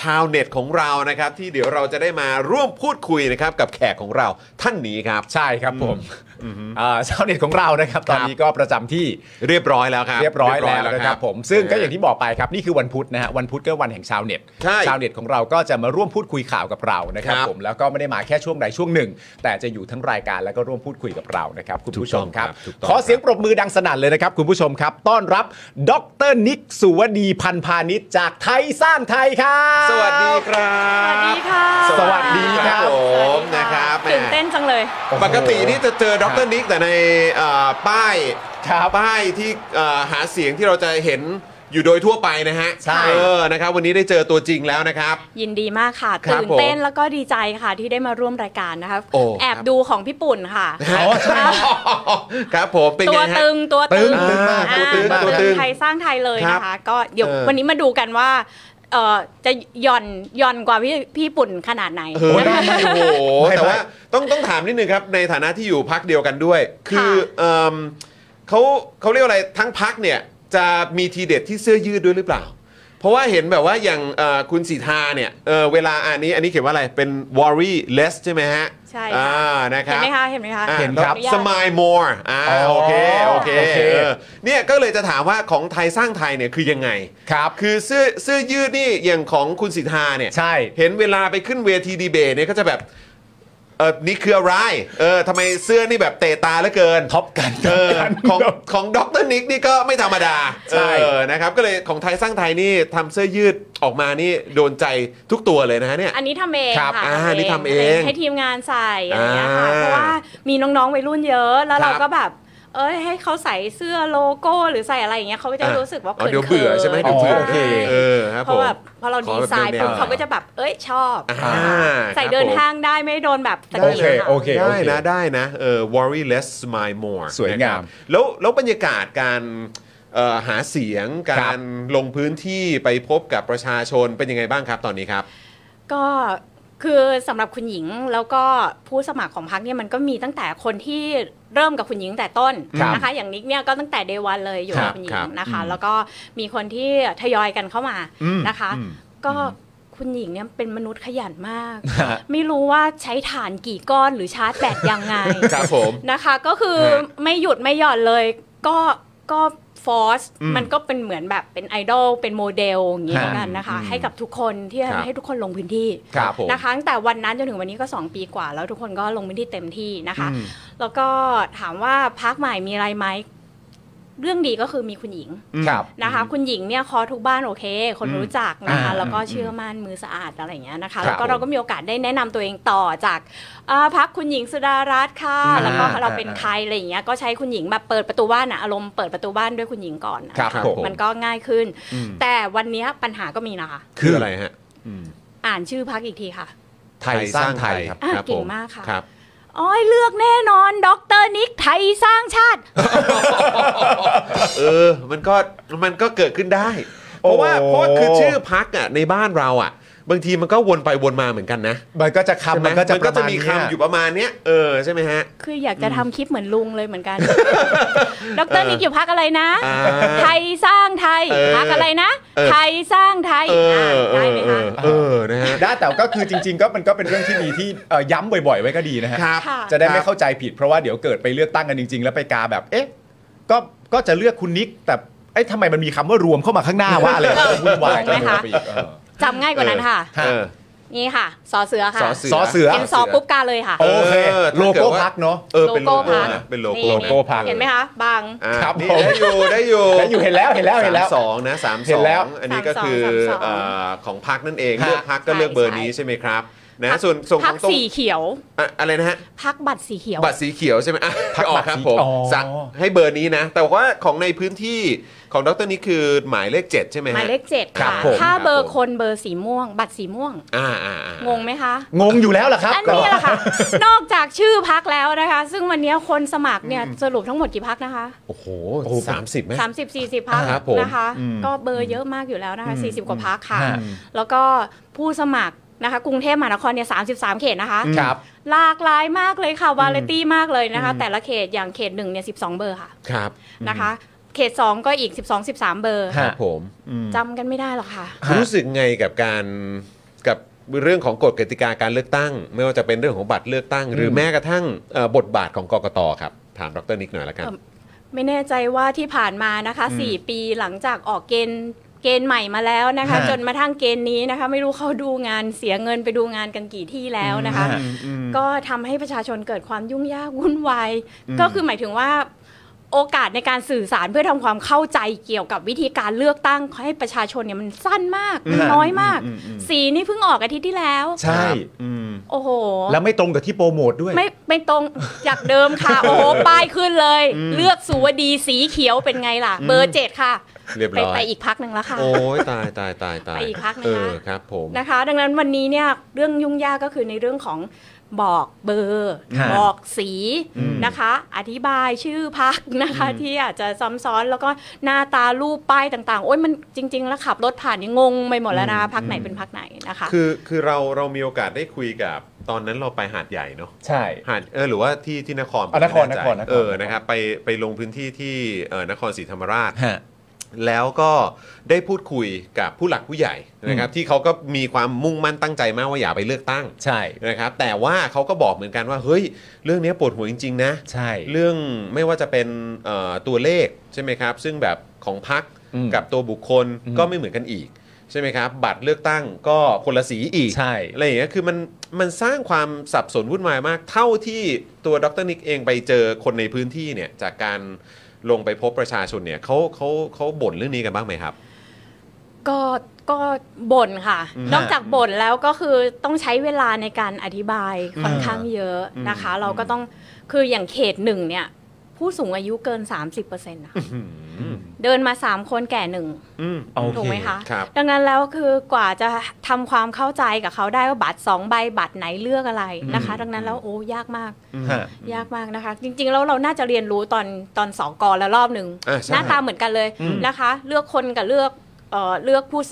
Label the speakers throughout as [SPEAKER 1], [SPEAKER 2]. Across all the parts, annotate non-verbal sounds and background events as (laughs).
[SPEAKER 1] ชาวเน็ตของเรานะครับ ที่เดี๋ยวเราจะได้มาร่วมพูดคุยนะครับกับแขกของเราท่านนี้ครับ
[SPEAKER 2] ใช่ครับผมอ่าชาวเน็ตของเรานะครับตอนนี้ก็ประจำที่
[SPEAKER 1] เรียบร้อยแล้วครับ
[SPEAKER 2] เรียบร้อยแล้วนะครับผมซึ่งก็อย่าง
[SPEAKER 1] ที่
[SPEAKER 2] ที่บอกไปครับนี่คือวันพุธนะฮะวันพุธก็วันแห่งชาวเน็ต
[SPEAKER 1] ใช่
[SPEAKER 2] ชาวเน็ตของเราก็จะมาร่วมพูดคุยข่าวกับเรานะครับ
[SPEAKER 1] ครับ
[SPEAKER 2] ผมแล้วก็ไม่ได้มาแค่ช่วงใดช่วงหนึ่ง แต่จะอยู่ทั้งรายการแล้วก็ร่วมพูดคุยกับเรานะครับคุณผู้ชมครับ
[SPEAKER 1] ถูกต้องครับถูกต้อง
[SPEAKER 2] ขอเสียงปรบมือดังสนั่นเลยนะครับคุณผู้ชมครับ ต้อนรับดรนิกสุวดีพันพาณิชย์จากไทยสร้างไทยครับ
[SPEAKER 1] สวัสดีครั
[SPEAKER 3] สวัส
[SPEAKER 1] บ
[SPEAKER 3] ดีค่ะ
[SPEAKER 2] สวัสดีครับ
[SPEAKER 1] ผมนะครับแหม
[SPEAKER 3] ตื่นเต้นจังเลย
[SPEAKER 2] โอ้โห
[SPEAKER 1] ปกตินี่จะเจอดรนิกแต่ในเอ่อป้าย
[SPEAKER 2] ครับ
[SPEAKER 1] ป้ายที่เอ่อหาเสียงที่เราจะเห็นอยู่โดยทั่วไปนะฮะ
[SPEAKER 2] ใช่
[SPEAKER 1] เออนะครับวันนี้ได้เจอตัวจริงแล้วนะครับ
[SPEAKER 3] ยินดีมากค่ะ
[SPEAKER 1] ครับ
[SPEAKER 3] ตื่นเต้น
[SPEAKER 1] ผม
[SPEAKER 3] แล้วก็ดีใจค่ะที่ได้มาร่วมรายการนะคะ
[SPEAKER 1] โอ้
[SPEAKER 3] แอบดูของพี่ปุ่นค่ะ
[SPEAKER 2] อ๋อใช่
[SPEAKER 1] ครับผมเป็น
[SPEAKER 3] ตั
[SPEAKER 1] ไง
[SPEAKER 3] ว
[SPEAKER 1] ฮะ
[SPEAKER 3] ตึงตัวตึง
[SPEAKER 2] ตึงมาก
[SPEAKER 3] อ่
[SPEAKER 2] ตัวตึงมาก
[SPEAKER 3] ตัว
[SPEAKER 2] ครับ
[SPEAKER 3] ตึงไทยสร้างไทยเลย
[SPEAKER 1] ครับ
[SPEAKER 3] นะคะ ก็เดี๋ยว
[SPEAKER 1] เออ
[SPEAKER 3] วันนี้มาดูกันว่าเอ่อจะหย่อนหย่อนกว่าพี่พี่ปุ่นขนาดไหน
[SPEAKER 1] เฮ้ยโอ้โห
[SPEAKER 2] ไม่
[SPEAKER 1] แต่ว่า
[SPEAKER 2] ไม่
[SPEAKER 1] ต้องต้องถามนิดนึงครับ ในฐานะที่อยู่พักเดียวกันด้วย คือเอิ่มเขาเขาเรียกว่าอะไรทั้งพักเนี่ย จะมีทีเด็ดที่เสื้อยืดด้วยหรือเปล่า เพราะว่าเห็นแบบว่าอย่างเอ่อคุณสีทาเนี่ยเอ่อเวลาอันนี้อันนี้เขียนว่าอะไรเป็น worry less ใช่ไหมฮะ
[SPEAKER 3] ใช่ค่ะ
[SPEAKER 1] อ่านะค
[SPEAKER 3] เห็
[SPEAKER 1] รับ
[SPEAKER 3] นไหมคะเห็นไหมคะ
[SPEAKER 1] อ่า
[SPEAKER 2] เห็นครับ
[SPEAKER 1] แล้ว smile more อ่า
[SPEAKER 2] อ๋อ
[SPEAKER 1] โอเคโอเค
[SPEAKER 2] โอเค
[SPEAKER 1] เออเนี่ยก็เลยจะถามว่าของไทยสร้างไทยเนี่ยคือยังไง
[SPEAKER 2] ครับ
[SPEAKER 1] คือเสื้อเสื้อยืดนี่อย่างของคุณสิทธาเนี่ย
[SPEAKER 2] ใช่
[SPEAKER 1] เห็นเวลาไปขึ้นเวทีดีเบตเนี่ยก็จะแบบ เออนี่คืออะไร เออทำไมเสื้อนี่แบบเตะตาเหลือเกิน
[SPEAKER 2] ท็อปกัน
[SPEAKER 1] เออข
[SPEAKER 2] ขอ
[SPEAKER 1] อง งของดรนิกนี่ก็ไม่ธรรมดา
[SPEAKER 2] ใช่
[SPEAKER 1] เออนะครับ ก็เลยของไทยสร้างไทยนี่ทำเสื้อยืดออกมานี่โดนใจทุกตัวเลยนะฮะเนี่ย
[SPEAKER 3] อันนี้ทำเอง
[SPEAKER 1] ครับ
[SPEAKER 3] ค่ะ
[SPEAKER 1] อ่า
[SPEAKER 3] ทำเอง
[SPEAKER 1] อันนี้ทำเอง
[SPEAKER 3] ให้ทีมงานใส่อะไรอย่างเงี้ยค่ะ
[SPEAKER 1] อ่า
[SPEAKER 3] เพราะว่ามีน้องๆวัยรุ่นเยอะ แล้ว
[SPEAKER 1] ครั
[SPEAKER 3] เรา
[SPEAKER 1] บ
[SPEAKER 3] ก็แบบ เอ้ยให้เขาใส่เสื้อโลโก้หรือใส่อะไรอย่างเงี้ยเขาก็จะ
[SPEAKER 1] อ่ารู้
[SPEAKER 3] รู้สึกว่า
[SPEAKER 1] อ๋อ
[SPEAKER 3] เขิน
[SPEAKER 1] เดี๋ยวเบื่อใช่ไหมเดี๋ยวเบื่อ
[SPEAKER 2] โอเค
[SPEAKER 1] เออครับ
[SPEAKER 3] เพ
[SPEAKER 1] ผ
[SPEAKER 3] ราะ
[SPEAKER 1] ม
[SPEAKER 3] แบบพอเราดีไซน์
[SPEAKER 1] ขอแบบแนวๆ
[SPEAKER 3] ปุ๊บ
[SPEAKER 1] หน่อย
[SPEAKER 3] เขาก็จะแบบเอ้ยชอบ
[SPEAKER 1] อ่า
[SPEAKER 3] ใส่
[SPEAKER 1] ครับ
[SPEAKER 3] เดิน
[SPEAKER 1] ผม
[SPEAKER 3] ห้างได้ไม่โดนแบบตะ
[SPEAKER 2] โอ
[SPEAKER 3] เกีย
[SPEAKER 2] เค
[SPEAKER 3] บ
[SPEAKER 2] โอเค โอ
[SPEAKER 1] ได้
[SPEAKER 2] เค
[SPEAKER 1] นะได้นะเออ worry less smile more
[SPEAKER 2] สวยงา
[SPEAKER 1] นะครั
[SPEAKER 2] ม
[SPEAKER 1] บแล้วแล้วบรรยากาศการเอ่อหาเสียงกา
[SPEAKER 2] ครั
[SPEAKER 1] ร
[SPEAKER 2] บ
[SPEAKER 1] ลงพื้นที่ไปพบกับประชาชนเป็นยังไงบ้างครับตอนนี้ครับ
[SPEAKER 3] ก็คือสำหรับคุณหญิงแล้วก็ผู้สมัครของพรรคเนี่ยมันก็มีตั้งแต่คนที่เริ่มกับคุณหญิงตั้งแต่ต้น
[SPEAKER 2] ครับ
[SPEAKER 3] นะคะ อย่างนิกเนี่ยก็ตั้งแต่เดวันเลยอยู่
[SPEAKER 1] ครั
[SPEAKER 3] กับบ คุณห
[SPEAKER 1] ค
[SPEAKER 3] ญิ
[SPEAKER 1] รั
[SPEAKER 3] ง
[SPEAKER 1] บ
[SPEAKER 3] นะคะ
[SPEAKER 2] อืม
[SPEAKER 3] แล้วก็มีคนที่ทยอยกันเข้ามานะคะ
[SPEAKER 1] อืม
[SPEAKER 3] ก็คุณหญิงเนี่ยเป็นมนุษย์ขยันมาก
[SPEAKER 2] ฮะ
[SPEAKER 3] ไม่รู้ว่าใช้ฐานกี่ก้อนหรือชาร์จแบตยังไง
[SPEAKER 1] ครับผม
[SPEAKER 3] นะคะ ก็คือ
[SPEAKER 1] ฮะ
[SPEAKER 3] ไม่หยุดไม่หย่อนเลยก็ก็ฟอส
[SPEAKER 1] อืม
[SPEAKER 3] มันก็เป็นเหมือนแบบเป็นไอดอลเป็นโมเดลอย่างนี้
[SPEAKER 2] ฮะ
[SPEAKER 3] แล้วกันนะคะ ให้กับทุกคนที่
[SPEAKER 1] ครับ
[SPEAKER 3] ให้ทุกคนลงพื้นที่
[SPEAKER 2] ครับผม
[SPEAKER 3] นะคะตั้งแต่วันนั้นจนถึงวันนี้ก็ 2 ปีกว่า แล้วทุกคนก็ลงพื้นที่เต็มที่นะคะ
[SPEAKER 1] อืม
[SPEAKER 3] แล้วก็ถามว่าพักใหม่มีอะไรไหมเรื่องดีก็คือมีคุณหญิง
[SPEAKER 2] ครับ
[SPEAKER 3] นะคะคุณหญิงเนี่ยคอทุกบ้านโอเค คน
[SPEAKER 1] อืม
[SPEAKER 3] รู้จักนะคะ
[SPEAKER 2] อ่า
[SPEAKER 3] แล้วก็เชื่อมั่นมือสะอาดอะไรอย่างเงี้ยนะ
[SPEAKER 2] ครับ
[SPEAKER 3] คะแล้วก็เราก็มีโอกาสได้แนะนำตัวเองต่อจากอ่าพักคุณหญิงสุดารัตน์ค่ะ
[SPEAKER 2] อ่า
[SPEAKER 3] แล้วก็เรา
[SPEAKER 2] อ่า
[SPEAKER 3] เป็น
[SPEAKER 2] อ่า
[SPEAKER 3] ใครอะไรอย่างเงี้ยก็ใช้คุณหญิงแบบเปิดประตูบ้านนะอารมณ์เปิดประตูบ้านด้วยคุณหญิงก่อนนะครับ
[SPEAKER 1] ครับ
[SPEAKER 2] ผม
[SPEAKER 1] ผ
[SPEAKER 3] มันก็ง่ายขึ้น
[SPEAKER 1] อืม
[SPEAKER 3] แต่วันเนี้ยปัญหาก็มีนะคะ
[SPEAKER 1] คืออะไรฮะ
[SPEAKER 3] อ่านชื่อพักอีกทีค่ะ
[SPEAKER 2] ไทยสร้างไทยครับ
[SPEAKER 3] อ่ะ
[SPEAKER 1] ครับผ
[SPEAKER 3] เก่งมากค่ะ
[SPEAKER 1] ครับ
[SPEAKER 3] อ้อยเลือกแน่นอนดรนิกไทยสร้างชาติ
[SPEAKER 1] เออ มันก็ มันก็เกิดขึ้นได้ เพ
[SPEAKER 2] โอ้
[SPEAKER 1] ราะว่า เพราะว่าคือชื่อพักอ่ะในบ้านเราอ่ะ บางทีมันก็วนไปวนมาเหมือนกันนะ
[SPEAKER 2] มันก็จะ
[SPEAKER 1] ใช่
[SPEAKER 2] คำ
[SPEAKER 1] ไห
[SPEAKER 2] มันก็จะ
[SPEAKER 1] มัน
[SPEAKER 2] ป
[SPEAKER 1] ก็
[SPEAKER 2] ระ
[SPEAKER 1] จะ
[SPEAKER 2] มาณ
[SPEAKER 1] มี
[SPEAKER 2] เนี้
[SPEAKER 1] คำอย ยู่ประมาณเนี้ย เออ ใช่ไหมฮะ
[SPEAKER 3] คืออยากจะทำคลิปเหมือนลุงเลยเหมือนกัน ดรนิกอยู่พักอะไรนะ
[SPEAKER 1] อ่า
[SPEAKER 3] ไทยสร้างไทย
[SPEAKER 1] เออ
[SPEAKER 3] พักอะไรนะ
[SPEAKER 1] เออ
[SPEAKER 3] ไทยสร้างไทย
[SPEAKER 1] เออ
[SPEAKER 3] อ่ะ
[SPEAKER 1] เอ
[SPEAKER 3] ได้
[SPEAKER 1] อเอ
[SPEAKER 3] ไหมคะ
[SPEAKER 1] อเออนะฮะ
[SPEAKER 2] ได้แต่ก็คือจริง ๆ ก็มันก็เป็นเรื่องที่ดีที่เอ่อย้ำบ่อย ๆ ไว้ก็ดีนะฮะ
[SPEAKER 1] ครับ
[SPEAKER 3] ค่ะ
[SPEAKER 2] จะได้ไม่เข้าใจผิดเพราะว่าเดี๋ยวเกิดไปเลือกตั้งกันจริง ๆ แล้วไปกาแบบ เอ๊ะ ก็ก็จะเลือกคุณนิก แต่เอ้ทำไมมันมีคำว่ารวมเข้ามาข้างหน้าวะอะไรแบบนี้วุ่นวาย
[SPEAKER 3] งงไหมคะ
[SPEAKER 2] ปอีกเออ
[SPEAKER 3] จำง่ายกว่านั้นค่ะ
[SPEAKER 2] ฮะ
[SPEAKER 1] เออ
[SPEAKER 3] นี่ค่ะสอเสือค่ะ
[SPEAKER 1] สอเสื
[SPEAKER 2] สอเสือ
[SPEAKER 3] เห็นสอปุ๊บกาเลยค่ะ
[SPEAKER 2] โอเค
[SPEAKER 1] เออ
[SPEAKER 2] โล
[SPEAKER 1] ถ้าเกิด
[SPEAKER 2] โก้
[SPEAKER 1] ว่า
[SPEAKER 2] พักเนาะ
[SPEAKER 1] เออ เป็นโล
[SPEAKER 3] โล
[SPEAKER 1] โก้
[SPEAKER 3] โก้พรร
[SPEAKER 1] นะ
[SPEAKER 3] ค
[SPEAKER 1] เป็นโล
[SPEAKER 3] นี่
[SPEAKER 1] โก้
[SPEAKER 2] โลโก้พรรค
[SPEAKER 3] เห็นไหมคะบาง
[SPEAKER 1] อ่า
[SPEAKER 2] ครับ
[SPEAKER 1] นี่
[SPEAKER 2] ผม
[SPEAKER 1] ได้อยู่ ได้อยู่
[SPEAKER 2] แต่อยู่เห็นแล้วเห็นแล้วเห็นแล้ว
[SPEAKER 1] สามสองนะสาม
[SPEAKER 2] เห็
[SPEAKER 1] สอน
[SPEAKER 2] แล้ว
[SPEAKER 1] งอันนี้ก็คือ
[SPEAKER 3] สามสองสามสอง
[SPEAKER 1] เอ่อของพักนั่นเอง
[SPEAKER 2] ฮะ
[SPEAKER 1] เลือกพักก็
[SPEAKER 3] ใช่
[SPEAKER 1] เลือกเบอร์นี้
[SPEAKER 3] ใช่
[SPEAKER 1] ใช่ไหมครับนะส่วนส่วนข
[SPEAKER 3] พัก
[SPEAKER 1] องตรง
[SPEAKER 3] สีเขียว
[SPEAKER 1] อ่ะอะไรนะฮะ
[SPEAKER 3] พักบัตรสีเขียว
[SPEAKER 1] บัตรสีเขียวใช่ไหมอ่ะ
[SPEAKER 2] พรรค
[SPEAKER 1] ออกครับผม
[SPEAKER 2] บัตรสีอ๋อ
[SPEAKER 1] สั่งให้เบอร์นี้นะ แต่ว่าของในพื้นที่ของดรนี้คือหมายเลข 7 ใช่ไหม
[SPEAKER 3] ห
[SPEAKER 1] ฮะ
[SPEAKER 3] มายเลขเจ็ด
[SPEAKER 1] ครั
[SPEAKER 3] ค่ะ
[SPEAKER 1] บผม
[SPEAKER 3] ถ้า
[SPEAKER 1] ครับ
[SPEAKER 3] เบ
[SPEAKER 1] ผ
[SPEAKER 3] อร์
[SPEAKER 1] ม
[SPEAKER 3] คนเบอร์สีม่วง บัตรสีม่วง
[SPEAKER 1] อ่าอ่าอ่าง
[SPEAKER 3] งไหมคะ
[SPEAKER 2] งงอยู่แล้วล่ะครับ
[SPEAKER 3] อันนี้แหละค่ะ นอกจากชื่อพักแล้วนะคะ ซึ่งวันนี้คนสมัครเนี่ยสรุปทั้งหมดกี่พักนะคะ
[SPEAKER 1] โอ้โหสามสิบไหม
[SPEAKER 3] 30 40พัก
[SPEAKER 1] ครับผม
[SPEAKER 3] นะคะ ก็เบอร์เยอะมากอยู่แล้วนะคะ 40 กว่าพักค่ะ
[SPEAKER 2] ฮะ
[SPEAKER 3] แล้วก็ผู้สมัครนะคะ กรุงเทพมหานครเนี่ย33 เขตนะคะ
[SPEAKER 2] ครับ
[SPEAKER 3] หลากหลายมากเลยค่ะวาเลตี้มากเลยนะคะ แต่ละเขตอย่างเขตหนึ่งเนี่ย12 เบอร์ค่ะ
[SPEAKER 1] ครับ
[SPEAKER 3] นะคะ เขตสองก็อีก 12 13 เบอร์
[SPEAKER 2] ฮะ
[SPEAKER 1] ครับผม
[SPEAKER 3] จำกันไม่ได้หรอกค่ะ
[SPEAKER 2] ฮะ
[SPEAKER 1] รู้สึกไงกับการกับเรื่องของกฎกติกาการเลือกตั้ง ไม่ว่าจะเป็นเรื่องของบัตรเลือกตั้ง หรือแม้กระทั่งเอ่อบทบาทของกกตครับ ถามดรนิกหน่อยละกัน
[SPEAKER 3] เอ่อ ไม่แน่ใจว่าที่ผ่านมานะคะ 4 ปีหลังจากออกเกณฑ์เกณฑ์ใหม่มาแล้วนะคะ
[SPEAKER 2] ฮะ
[SPEAKER 3] จนมาทั้งเกณฑ์นี้นะคะ ไม่รู้เขาดูงานเสียเงินไปดูงานกันกี่ที่แล้วนะคะ
[SPEAKER 2] อืมอืม
[SPEAKER 3] ก็ทำให้ประชาชนเกิดความยุ่งยากวุ่นวาย ก็คือหมายถึงว่าโอกาสในการสื่อสารเพื่อทำความเข้าใจเกี่ยวกับวิธีการเลือกตั้งให้ประชาชนเนี่ยมันสั้นมากมัน
[SPEAKER 2] อืม
[SPEAKER 3] น้อยมาก
[SPEAKER 2] อืมอืม
[SPEAKER 3] สีนี่เพิ่งออกอาทิตย์ที่แล้ว
[SPEAKER 2] ใช่
[SPEAKER 1] ครับ
[SPEAKER 2] อืม
[SPEAKER 3] โอ้โห
[SPEAKER 2] แล้วไม่ตรงกับที่โปรโมทด้วย
[SPEAKER 3] ไม่ไม่ตรงจากเดิม
[SPEAKER 2] (laughs)
[SPEAKER 3] ค่ะ โอ้โห ป้ายขึ้นเลย เลือกสุวดีสีเขียวเป็นไงล่ะ เบอร์เจ็ดค่ะ
[SPEAKER 1] เรียบ
[SPEAKER 3] ไป
[SPEAKER 1] ร้อย
[SPEAKER 3] ไปอีกพักหนึ่งแล้วค่ะ
[SPEAKER 1] โอ้ยตายตายตายตาย
[SPEAKER 3] ไปอีกพักไหมคะ
[SPEAKER 1] เออครับผม
[SPEAKER 3] นะคะ ดังนั้นวันนี้เนี่ยเรื่องยุ่งยากก็คือในเรื่องของบอกเบอร์
[SPEAKER 2] ฮะ
[SPEAKER 3] บอกสี
[SPEAKER 2] อืม
[SPEAKER 3] นะคะ อธิบายชื่อพักนะคะ ที่อาจจะซ้ำซ้อนแล้วก็หน้าตารูปป้ายต่างๆ โอ้ยมันจริง ๆ แล้วขับรถผ่านนี่งงไปหมดแล้วนะ
[SPEAKER 2] อืม
[SPEAKER 3] พักไหน
[SPEAKER 2] อืม
[SPEAKER 3] เป็นพักไหนนะคะ
[SPEAKER 1] คือคือเราเรามีโอกาสได้คุยกับตอนนั้นเราไปหาดใหญ่เนาะ
[SPEAKER 2] ใช่
[SPEAKER 1] หาดเออหรือว่าที่ที่นคร
[SPEAKER 2] อ่ะนคร
[SPEAKER 1] ผมไม่แใจ
[SPEAKER 2] นครนคร
[SPEAKER 1] เออนะครับไปไปลงพื้นที่ที่เออนครศรีธรรมราช
[SPEAKER 2] ฮะ
[SPEAKER 1] แล้วก็ได้พูดคุยกับผู้หลักผู้ใหญ่นะครับที่เขาก็มีความมุ่งมั่นตั้งใจมากว่าอย่าไปเลือกตั้ง
[SPEAKER 2] ใช่
[SPEAKER 1] นะครับแต่ว่าเขาก็บอกเหมือนกันว่าเฮ้ยเรื่องนี้ปวดหัวจริง ๆ นะ
[SPEAKER 2] ใช่
[SPEAKER 1] เรื่องไม่ว่าจะเป็นเอ่อตัวเลขใช่ไหมครับ ซึ่งแบบของพัก
[SPEAKER 2] อืม
[SPEAKER 1] กับตัวบุคคล
[SPEAKER 2] อืม
[SPEAKER 1] ก็ไม่เหมือนกันอีก ใช่ไหมครับ บัตรเลือกตั้งก็คนละสีอีก
[SPEAKER 2] ใช่
[SPEAKER 1] อะไรอย่างเงี้ยคือมันมันสร้างความสับสนวุ่นวายมาก เท่าที่ตัวดรนิกเองไปเจอคนในพื้นที่เนี่ยจากการลงไปพบประชาชนเนี่ยเขาเขาเขาบ่นเรื่องนี้กันบ้างไหมครับ
[SPEAKER 3] ก็ก็บ่นค่ะ
[SPEAKER 1] อืม
[SPEAKER 3] นอกจากบ่นแล้วก็คือต้องใช้เวลาในการอธิบายค่อนข้างเยอะนะคะ
[SPEAKER 1] อืม
[SPEAKER 3] เราก็ต้องคืออย่างเขตหนึ่งเนี่ย ผู้สูงอายุเกิน 30%นะเดินมา 3 คนแก่หนึ่ง
[SPEAKER 1] อืม
[SPEAKER 2] โอเค
[SPEAKER 3] ถูกไหมคะ
[SPEAKER 1] ครับ
[SPEAKER 3] ดังนั้นแล้วคือกว่าจะทำความเข้าใจกับเขาได้ว่าบัตร 2 ใบบัตรไหนเลือกอะไรนะคะ ดังนั้นแล้วโอ้ยากมาก
[SPEAKER 2] ฮะ
[SPEAKER 3] ยากมากนะคะ จริงๆแล้วเราน่าจะเรียนรู้ตอนตอนสองกอแล้วรอบหนึ่ง
[SPEAKER 1] อ่าใช่
[SPEAKER 3] หน้าตาเหมือนกันเลย
[SPEAKER 1] อืม
[SPEAKER 3] นะคะ เลือกคนกับเลือกเอ่อเลือกผู้ส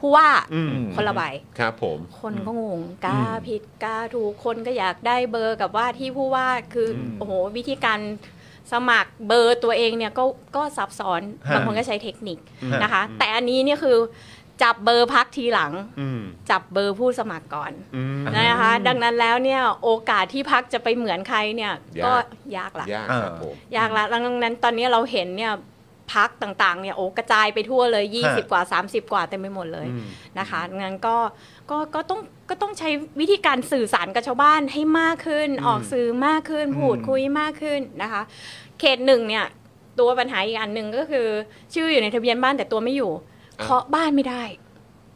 [SPEAKER 3] ผู้ว่า
[SPEAKER 1] อืม
[SPEAKER 2] ม
[SPEAKER 3] คนละใบ
[SPEAKER 1] ครับผม
[SPEAKER 3] คนก็งงกล้าผิดกล้าถูกคนก็อยากได้เบอร์กับว่าที่ผู้ว่าคืออโอ้โหวิธีการสมัครเบอร์ตัวเองเนี่ยก็ก็ซับซ้อน
[SPEAKER 2] ฮะ
[SPEAKER 3] บางคนก็ใช้เทคนิค
[SPEAKER 2] ฮะ
[SPEAKER 3] นะคะ แต่อันนี้เนี่ยคือจับเบอร์พักทีหลัง
[SPEAKER 1] อืม
[SPEAKER 3] จับเบอร์ผู้สมัครก่อน
[SPEAKER 1] อืม
[SPEAKER 3] นะคะ ดังนั้นแล้วเนี่ยโอกาสที่พักจะไปเหมือนใครเนี่ยก็
[SPEAKER 1] ยาก
[SPEAKER 3] ยากละ
[SPEAKER 1] ยากครับผม
[SPEAKER 3] ยากละดังนั้นตอนนี้เราเห็นเนี่ยพักต่างๆเนี่ยโอ้กระจายไปทั่วเลย 20 กว่า 30 กว่าเต็มไปหมดเลย
[SPEAKER 1] อืม
[SPEAKER 3] นะคะดังนั้นก็ก็ก็ต้องก็ต้องใช้วิธีการสื่อสารกับชาวบ้านให้มากขึ้น ออกสื่อมากขึ้นพูดคุยมากขึ้นนะคะ เขตหนึ่งเนี่ยตัวปัญหาอีกอันหนึ่งก็คือ ชื่ออยู่ในทะเบียนบ้านแต่ตัวไม่อยู่
[SPEAKER 1] อ่ะ
[SPEAKER 3] เคาะบ้านไม่ได้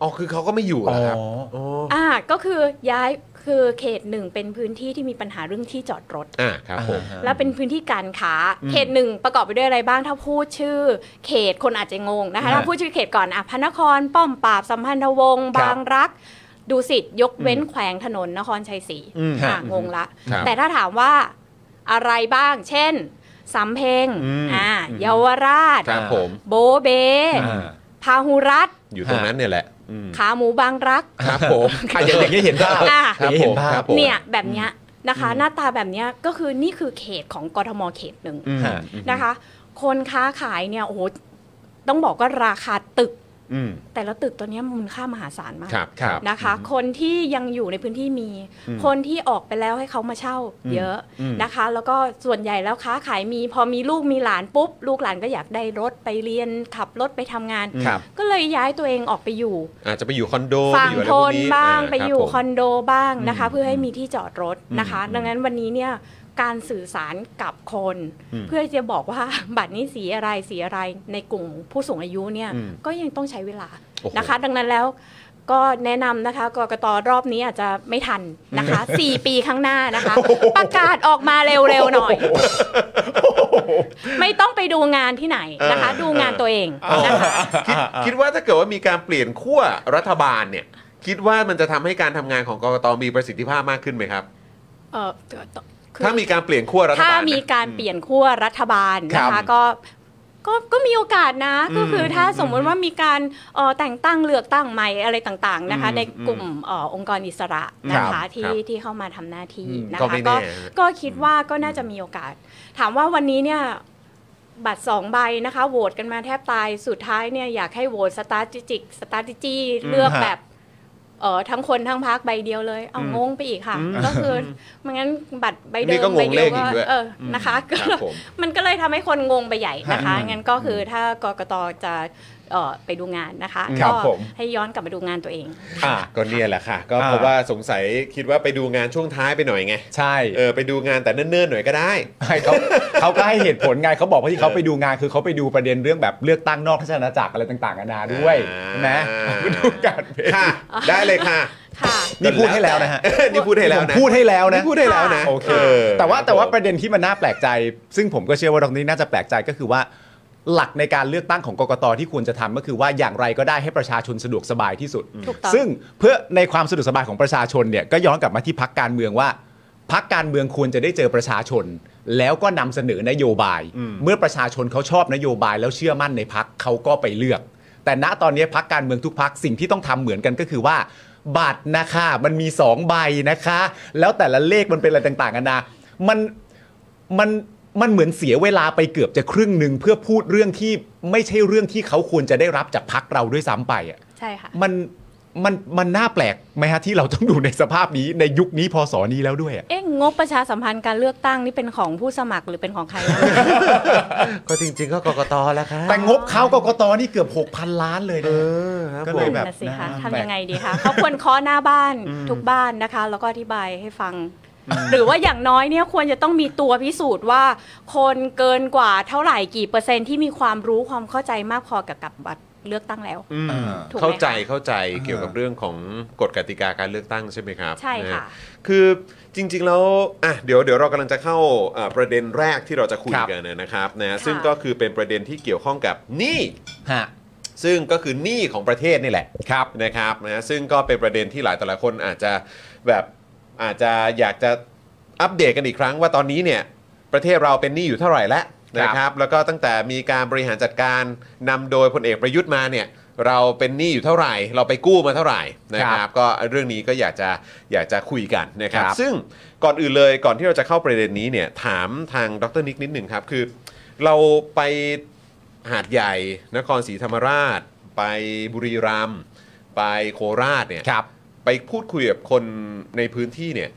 [SPEAKER 1] อ๋อคือเขาก็ไม่อยู่เหรอครับ
[SPEAKER 2] อ๋อ
[SPEAKER 1] โอ้
[SPEAKER 3] อ่าก็คือย้ายคือเขตหนึ่งเป็นพื้นที่ที่มีปัญหาเรื่องที่จอดรถ
[SPEAKER 1] อ่าครับผม
[SPEAKER 2] อ่า
[SPEAKER 3] และเป็นพื้นที่การค้าเขตหนึ่งประกอบไปด้วยอะไรบ้างถ้าพูดชื่อ เขตคนอาจจะงงนะคะ
[SPEAKER 2] ฮะ
[SPEAKER 3] ถ้าพูดชื่อเขตก่อนอ่ะพระนครป้อมปราบสัมพันธวงศ์
[SPEAKER 1] ครับ
[SPEAKER 3] บางรัก ดูสิทธิ์ยกเว้นแขวงถนนนครชัยศรี
[SPEAKER 1] อืม
[SPEAKER 3] อ่ะ
[SPEAKER 1] ฮะ
[SPEAKER 3] งงละ
[SPEAKER 1] ครับ
[SPEAKER 3] แต่ถ้าถามว่าอะไรบ้าง เช่นสำเพ็งอ่าเยาวราช
[SPEAKER 1] ครับผม
[SPEAKER 3] โบเบ
[SPEAKER 2] อ่า
[SPEAKER 3] พาหุรัตน์
[SPEAKER 1] อยู่ตรงนั้นเนี่ยแหละอืม
[SPEAKER 3] ขาหมูบางรัก
[SPEAKER 1] ครับผม
[SPEAKER 2] อ่ะอย่างอย่างนี้เห็นภาพ
[SPEAKER 3] อ่ะ
[SPEAKER 2] อย่างนี้เห็นภา
[SPEAKER 1] ครั
[SPEAKER 2] พ
[SPEAKER 1] บผม
[SPEAKER 3] เนี่ยแบบเนี้ยนะคะ หน้าตาแบบเนี้ยก็คือนี่คือเขตของกทมเขตหนึ่ง
[SPEAKER 1] อืม
[SPEAKER 2] ฮะ
[SPEAKER 3] นะคะ คนค้าขายเนี่ยโอ้โหต้องบอกว่าราคาตึก
[SPEAKER 1] อืม
[SPEAKER 3] แต่ละตึกตัวเนี้ยมูลค่ามหาศาลมาก
[SPEAKER 1] ครับครับ
[SPEAKER 3] นะคะ คนที่ยังอยู่ในพื้นที่มี คนที่ออกไปแล้วให้เขามาเช่าเยอะนะคะ แล้วก็ส่วนใหญ่แล้วค้าขายมีพอมีลูกมีหลานปุ๊บ ลูกหลานก็อยากได้รถไปเรียนขับรถไปทำงาน
[SPEAKER 1] ครับ
[SPEAKER 3] ก็เลยย้ายตัวเองออกไปอยู่
[SPEAKER 1] อาจจะไปอยู่คอนโด
[SPEAKER 3] ฝั่ง
[SPEAKER 1] ไปอยู่อะไร
[SPEAKER 3] ท
[SPEAKER 1] พวก
[SPEAKER 3] น
[SPEAKER 1] นี้
[SPEAKER 3] บ้าง
[SPEAKER 1] า
[SPEAKER 3] ไปอยู่
[SPEAKER 1] รับ
[SPEAKER 3] ค
[SPEAKER 1] ผม
[SPEAKER 3] อนโดบ้างนะคะ เพื่อให้มีที่จอดรถนะคะ
[SPEAKER 1] อืม
[SPEAKER 3] ดังนั้นวันนี้เนี่ยการสื่อสารกับคน
[SPEAKER 1] อืม
[SPEAKER 3] เพื่อจะบอกว่า บัตรนี้สีอะไรสีอะไรในกลุ่มผู้สูงอายุเนี่ย
[SPEAKER 1] อืม
[SPEAKER 3] ก็ยังต้องใช้เวลา
[SPEAKER 1] โอ้โห
[SPEAKER 3] นะคะ ดังนั้นแล้วก็แนะนำนะคะกกตรอบนี้อาจจะไม่ทันนะคะ 4 ปีข้างหน้านะคะ ประกาศออกมาเร็วๆหน่อย ไม่ต้องไปดูงานที่ไหนนะคะ ดูงานตัวเองนะคะ
[SPEAKER 1] คิดคิดว่าถ้าเกิดว่ามีการเปลี่ยนขั้วรัฐบาลเนี่ย คิดว่ามันจะทำให้การทำงานของกกตมีประสิทธิภาพมากขึ้นไหมครับ
[SPEAKER 3] เออคือ
[SPEAKER 1] ถ้ามีการเปลี่ยนขั้วรัฐบาล
[SPEAKER 3] ถ้า
[SPEAKER 1] นะ
[SPEAKER 3] มีการเปลี่ยนขั้วรัฐบาลนะ
[SPEAKER 1] ครั
[SPEAKER 3] คะ
[SPEAKER 1] บ
[SPEAKER 3] ก็ก็ก็มีโอกาสนะก็คือถ้าสมมติว่ามีการเอ่อแต่งตั้งเลือกตั้งใหม่อะไรต่างๆนะคะ
[SPEAKER 1] อืม
[SPEAKER 3] ในกลุ่มเอ่อองค์กรอิสระ
[SPEAKER 1] ค
[SPEAKER 3] นะ
[SPEAKER 1] รั
[SPEAKER 3] คะ
[SPEAKER 1] บ
[SPEAKER 3] ที่
[SPEAKER 1] ครับ
[SPEAKER 3] ที่เข้ามาทำหน้าที่
[SPEAKER 1] อืม
[SPEAKER 3] นะ
[SPEAKER 1] ก็
[SPEAKER 3] คะ
[SPEAKER 1] ไม่แน่
[SPEAKER 3] ก็คิดว่าก็น่าจะมีโอกาส ถามว่าวันนี้เนี่ย บัตรสองใบนะคะโหวตกันมาแทบตายสุดท้ายเนี่ยอยากให้โหวตสตาร์จิจิกสตาร์จิจีเลือก
[SPEAKER 2] อืมฮะ
[SPEAKER 3] แบบเออทั้งคนทั้งพักใบเดียวเลย เอา
[SPEAKER 2] อืม
[SPEAKER 3] งงไปอีกค่ะ ก็คือมันงั้นบัตรใบเดิ
[SPEAKER 1] นี่
[SPEAKER 3] ม
[SPEAKER 1] ก็ง
[SPEAKER 3] ใบ
[SPEAKER 1] ง
[SPEAKER 3] เดี
[SPEAKER 1] เล
[SPEAKER 3] ยว
[SPEAKER 1] ขอีกด้วย
[SPEAKER 3] เออนะคะก็
[SPEAKER 1] ครับผม
[SPEAKER 3] มันก็เลยทำให้คนงงไปใหญ่นะคะ
[SPEAKER 2] ฮะ
[SPEAKER 3] งั้นก็คือถ้ากกตจะเอ่อไปดูงานนะคะ
[SPEAKER 2] ครับ
[SPEAKER 3] ก็
[SPEAKER 2] ผม
[SPEAKER 3] ให้ย้อนกลับมาดูงานตัวเอง
[SPEAKER 2] อ่ะ
[SPEAKER 1] ก็เนี่ยแหละค่ะ ก็
[SPEAKER 2] อ่า
[SPEAKER 1] เพราะว่าสงสัยคิดว่าไปดูงานช่วงท้ายไปหน่อยไง
[SPEAKER 2] ใช่
[SPEAKER 1] เออไปดูงานแต่เนิ่นๆหน่อยก็ได้
[SPEAKER 2] ให้เขา (laughs) เขาก็ให้เหตุผลไงเขาบอกว่าที่เขาไปดูงานคือเขาไปดูประเด็นเรื่องแบบเลือกตั้งนอกราชอาณาจักรอะไรต่างๆนานาด้วย
[SPEAKER 1] อ่า
[SPEAKER 2] ใช่ไหมฤดูกาลเพลง
[SPEAKER 1] ค่ะ ได้เลยค่ะ
[SPEAKER 3] ค่ะ
[SPEAKER 2] นี่พูดให้แล้วนะฮะ
[SPEAKER 1] (laughs) นี่พูดให้แล้วนะ
[SPEAKER 2] ผมพูดให้แล้วนะ
[SPEAKER 1] นี่พูดให้แล้วนะ
[SPEAKER 2] โอเค
[SPEAKER 1] เออ
[SPEAKER 2] แต่ว่าแต่
[SPEAKER 1] ค
[SPEAKER 2] ว่า
[SPEAKER 1] รับผม
[SPEAKER 2] ประเด็นที่มันน่าแปลกใจ ซึ่งผมก็เชื่อว่าตรงนี้น่าจะแปลกใจก็คือว่า หลักในการเลือกตั้งของกกตที่ควรจะทำก็คือว่าอย่างไรก็ได้ให้ประชาชนสะดวกสบายที่สุด
[SPEAKER 3] ถูกต้อง
[SPEAKER 2] ซึ่งเพื่อในความสะดวกสบายของประชาชนเนี่ยก็ย้อนกลับมาที่พักการเมืองว่าพักการเมืองควรจะได้เจอประชาชน แล้วก็นำเสนอนโยบาย เมื่อประชาชนเขาชอบนโยบายแล้วเชื่อมั่นในพักเขาก็ไปเลือก แต่ณตอนนี้พักการเมืองทุกพักสิ่งที่ต้องทำเหมือนกันก็คือว่า บัตรนะคะมันมีสองใบนะคะ แล้วแต่ละเลขมันเป็นอะไรต่างๆกันานะมันมันมันเหมือนเสียเวลาไปเกือบจะครึ่งหนึ่งเพื่อพูดเรื่องที่ไม่ใช่เรื่องที่เขาควรจะได้รับจากพักเราด้วยซ้ำไปอ่ะ
[SPEAKER 3] ใช่ค่ะ
[SPEAKER 2] มันมันมันน่าแปลกไหมฮะที่เราต้องอยู่ในสภาพนี้ในยุคนี้พศนี้แล้วด้วยอะ
[SPEAKER 3] เอ๊ะงบประชาสัมพันธ์การเลือกตั้งนี่เป็นของผู้สมัครหรือเป็นของใครนะ
[SPEAKER 1] ก็จริง ๆ ก็กกตแล้วค่ะ
[SPEAKER 2] แต่งบเขากกตนี่เกือบ 6,000 ล้านเลย
[SPEAKER 1] เอ
[SPEAKER 2] นะ
[SPEAKER 1] อครับ
[SPEAKER 2] ก็
[SPEAKER 1] ผ
[SPEAKER 2] เลย
[SPEAKER 1] ม
[SPEAKER 2] แบบ
[SPEAKER 3] นั่นน่ะสิคะ
[SPEAKER 2] น่า
[SPEAKER 3] ทำยังไง
[SPEAKER 2] แปลก
[SPEAKER 3] ดีคะเขาควรเคาะหน้าบ้านทุกบ้านนะคะ แล้วก็อธิบายให้ฟัง หรือว่าอย่างน้อยเนี่ยควรจะต้องมีตัวพิสูจน์ว่า คนเกินกว่าเท่าไหร่กี่เปอร์เซ็นต์ที่มีความรู้ความเข้าใจมากพอกับกับบัตรเลือกตั้งแล้ว
[SPEAKER 1] อืม
[SPEAKER 2] อ่า
[SPEAKER 1] เข้าใจเข้าใจเกี่ยวกับเรื่องของกฎกติกาการเลือกตั้งใช่ไหมครับ
[SPEAKER 3] ใช่ค่ะ
[SPEAKER 1] นฮคือจริง ๆ แล้วอ่ะเดี๋ยวเดี๋ยวเรากำลังจะเข้าอ่าประเด็นแรกที่เราจะคุย
[SPEAKER 2] ครับ
[SPEAKER 1] กันนะครับนะซึ่งก็คือเป็นประเด็นที่เกี่ยวข้องกับหนี้
[SPEAKER 2] ฮะ
[SPEAKER 1] ซึ่งก็คือหนี้ของประเทศนี่แหละครับนะครับนะซึ่งก็เป็นประเด็นที่หลายต่อหลายคนอาจจะแบบอาจจะอยากจะอัปเดตกันอีกครั้ง ว่าตอนนี้เนี่ยประเทศเราเป็นหนี้อยู่เท่าไหร่แล้ว
[SPEAKER 2] ครับ
[SPEAKER 1] นะครับแล้วก็ตั้งแต่มีการบริหารจัดการนำโดยพลเอกประยุทธ์มาเนี่ยเราเป็นหนี้อยู่เท่าไหร่ เราไปกู้มาเท่าไหร่นะค
[SPEAKER 2] ค
[SPEAKER 1] รั
[SPEAKER 2] รั
[SPEAKER 1] บบ ก็เรื่องนี้ก็อยากจะอยากจะคุยกันนะครับ
[SPEAKER 2] ครับ
[SPEAKER 1] ซึ่งก่อนอื่นเลยก่อนที่เราจะเข้าประเด็นนี้เนี่ยถามทางดรนิกนิดหนึ่งครับคือ เราไป หาดใหญ่ นครศรีธรรมราช ไปบุรีรัมย์ไปโคราชเนี่ย
[SPEAKER 2] ครับ
[SPEAKER 1] ไปพูดคุยกับคนในพื้นที่เนี่ย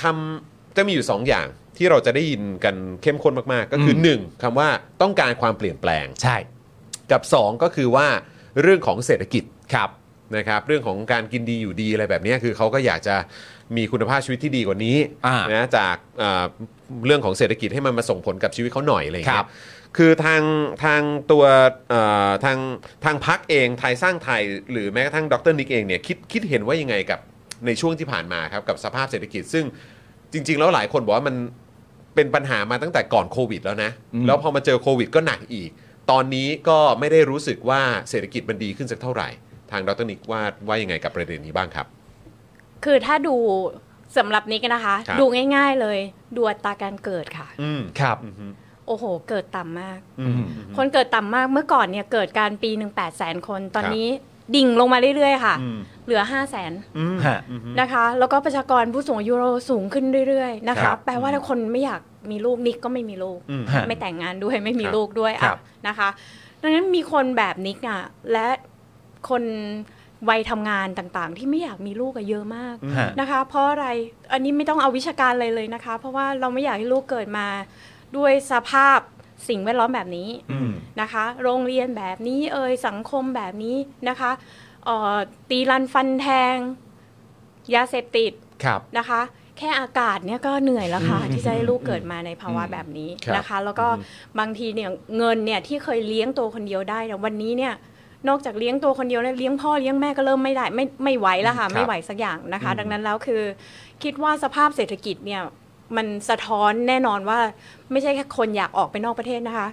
[SPEAKER 1] คำจะมีอยู่ 2 อย่างที่เราจะได้ยินกันเข้มข้นมาก ๆ ก็คืออ
[SPEAKER 2] ม
[SPEAKER 1] หนึ่งคำว่าต้องการความเปลี่ยนแปลง
[SPEAKER 2] ใช่
[SPEAKER 1] กับ 2 ก็คือว่าเรื่องของเศรษฐกิจ
[SPEAKER 2] ครับ
[SPEAKER 1] นะครับเรื่องของการกินดีอยู่ดีอะไรแบบเนี้ยคือเขาก็อยากจะมีคุณภาพชีวิตที่ดีกว่านี้
[SPEAKER 2] อ่า
[SPEAKER 1] นะจากเอ่อเรื่องของเศรษฐกิจให้มันมาส่งผลกับชีวิตเขาหน่อยอะไรอย่าง
[SPEAKER 2] ค
[SPEAKER 1] เงี้
[SPEAKER 2] รั
[SPEAKER 1] ย
[SPEAKER 2] บ
[SPEAKER 1] คือทางทางตัวเอ่อทางทางพักเองไทยสร้างไทย หรือแม้กระทั่งดรนิกเองเนี่ยคิดคิดเห็นว่ายังไงกับในช่วงที่ผ่านมาครับกับสภาพเศรษฐกิจ ซึ่งจริง ๆ แล้วหลายคนบอกว่ามันเป็นปัญหามาตั้งแต่ก่อนโควิดแล้วนะ
[SPEAKER 2] อืม
[SPEAKER 1] แล้วพอมาเจอโควิดก็หนักอีก ตอนนี้ก็ไม่ได้รู้สึกว่าเศรษฐกิจมันดีขึ้นสักเท่าไหร่ ทางดรนิกว่าว่ายังไงกับประเด็นนี้บ้างครับ
[SPEAKER 3] คือถ้าดูสำหรับนิกนะคะ
[SPEAKER 1] ครับ
[SPEAKER 3] ดูง่าย ๆ เลยดูอัตราการเกิดค่ะ
[SPEAKER 1] อืม
[SPEAKER 2] ครับ
[SPEAKER 3] โอ้โห เกิดต่ำมาก
[SPEAKER 1] อืม
[SPEAKER 3] คนเกิดต่ำมากเมื่อก่อนเนี่ยเกิดการปีหนึ่งแปดแสนคน ตอน
[SPEAKER 1] ครับ
[SPEAKER 3] นี้ดิ่งลงมาเรื่อยๆค่ะ
[SPEAKER 1] อืม
[SPEAKER 3] เหลือห้าแสน
[SPEAKER 1] อืม
[SPEAKER 2] ฮะ
[SPEAKER 3] นะคะ แล้วก็ประชากรผู้สูงอายุเราสูงขึ้นเรื่อยๆนะ
[SPEAKER 2] ครั
[SPEAKER 3] คะ
[SPEAKER 2] บ
[SPEAKER 3] แปลว่าถ้าคนไม่อยากมีลูกนิกก็ไม่มีลูก
[SPEAKER 1] อืม
[SPEAKER 2] ฮะ
[SPEAKER 3] ไม่แต่งงานด้วยไม่มี
[SPEAKER 1] ครับ
[SPEAKER 3] ลูกด้วย
[SPEAKER 2] ครั
[SPEAKER 3] อ่ะ
[SPEAKER 2] บ
[SPEAKER 3] นะคะดังนั้นมีคนแบบนิกอ่ะและคนวัยทำงานต่างๆ ที่ไม่อยากมีลูกอะเยอะมาก
[SPEAKER 1] อืม
[SPEAKER 2] ฮะ
[SPEAKER 3] นะคะ เพราะอะไรอันนี้ไม่ต้องเอาวิชาการเลยเลยนะคะ เพราะว่าเราไม่อยากให้ลูกเกิดมาด้วยสภาพสิ่งแวดล้อมแบบนี้
[SPEAKER 2] อืม
[SPEAKER 3] นะคะ โรงเรียนแบบนี้เอ่ยสังคมแบบนี้นะคะเอ่อตีรันฟันแทง ยาเสพติด
[SPEAKER 2] ครับ
[SPEAKER 3] นะคะ แค่อากาศเนี่ยก็เหนื่อยแล้วค่ะ ที่จะให้ลูกเกิดมาในภาวะ
[SPEAKER 2] อืม
[SPEAKER 3] แบบนี้
[SPEAKER 1] ครับ
[SPEAKER 3] นะคะ แล้วก็บางทีเนี่ยเงินเนี่ยที่เคยเลี้ยงตัวคนเดียวได้เนี่ยวันนี้เนี่ยนอกจากเลี้ยงตัวคนเดียวแล้วเลี้ยงพ่อเลี้ยงแม่ก็เริ่มไม่ได้ไม่ไม่ไหวแล้วค่ะ ไม่ไหวสักอย่างนะคะ ดังนั้นแล้วคือ คิดว่าสภาพเศรษฐกิจเนี่ยมันสะท้อนแน่นอนว่าไม่ใช่แค่คนอยากออกไปนอกประเทศนะคะ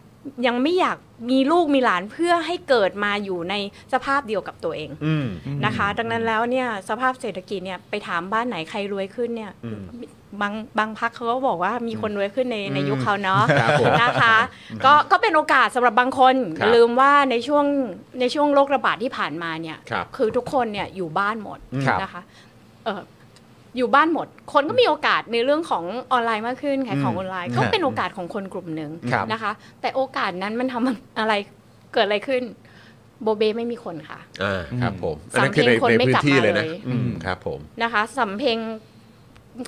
[SPEAKER 3] ยังไม่อยากมีลูกมีหลานเพื่อให้เกิดมาอยู่ในสภาพเดียวกับตัวเอง
[SPEAKER 1] อืม
[SPEAKER 3] นะคะ ดังนั้นแล้วเนี่ยสภาพเศรษฐกิจเนี่ยไปถามบ้านไหนใครรวยขึ้นเนี่ย
[SPEAKER 1] อืม
[SPEAKER 3] บางบางพักเขาก็บอกว่ามีคนรวยขึ้นในในยุคเขาเนาะ
[SPEAKER 1] ครับผม
[SPEAKER 3] นะคะก็ก็เป็นโอกาสสำหรับบางคน
[SPEAKER 1] ครับ
[SPEAKER 3] ลืมว่าในช่วงในช่วงโรคระบาดที่ผ่านมาเนี่ย
[SPEAKER 1] ครับ
[SPEAKER 3] อทุกคนเนี่ยอยู่บ้านหมด
[SPEAKER 2] ครับ
[SPEAKER 3] นะคะเออ อยู่บ้านหมด คนก็มีโอกาสในเรื่องของออนไลน์มากขึ้นขายของออนไลน์
[SPEAKER 2] อืม
[SPEAKER 3] ก็เป็นโอกาสของคนกลุ่มหนึ่ง
[SPEAKER 2] ครับ
[SPEAKER 3] นะคะ แต่โอกาสนั้นมันทำอะไรเกิดอะไรขึ้น โบเบไม่มีคนค่ะ
[SPEAKER 1] อ่าครับผม
[SPEAKER 3] สามเพลงคนไม่กลับมาเลย
[SPEAKER 1] อืมครับผม
[SPEAKER 3] นะคะสำเพ็ง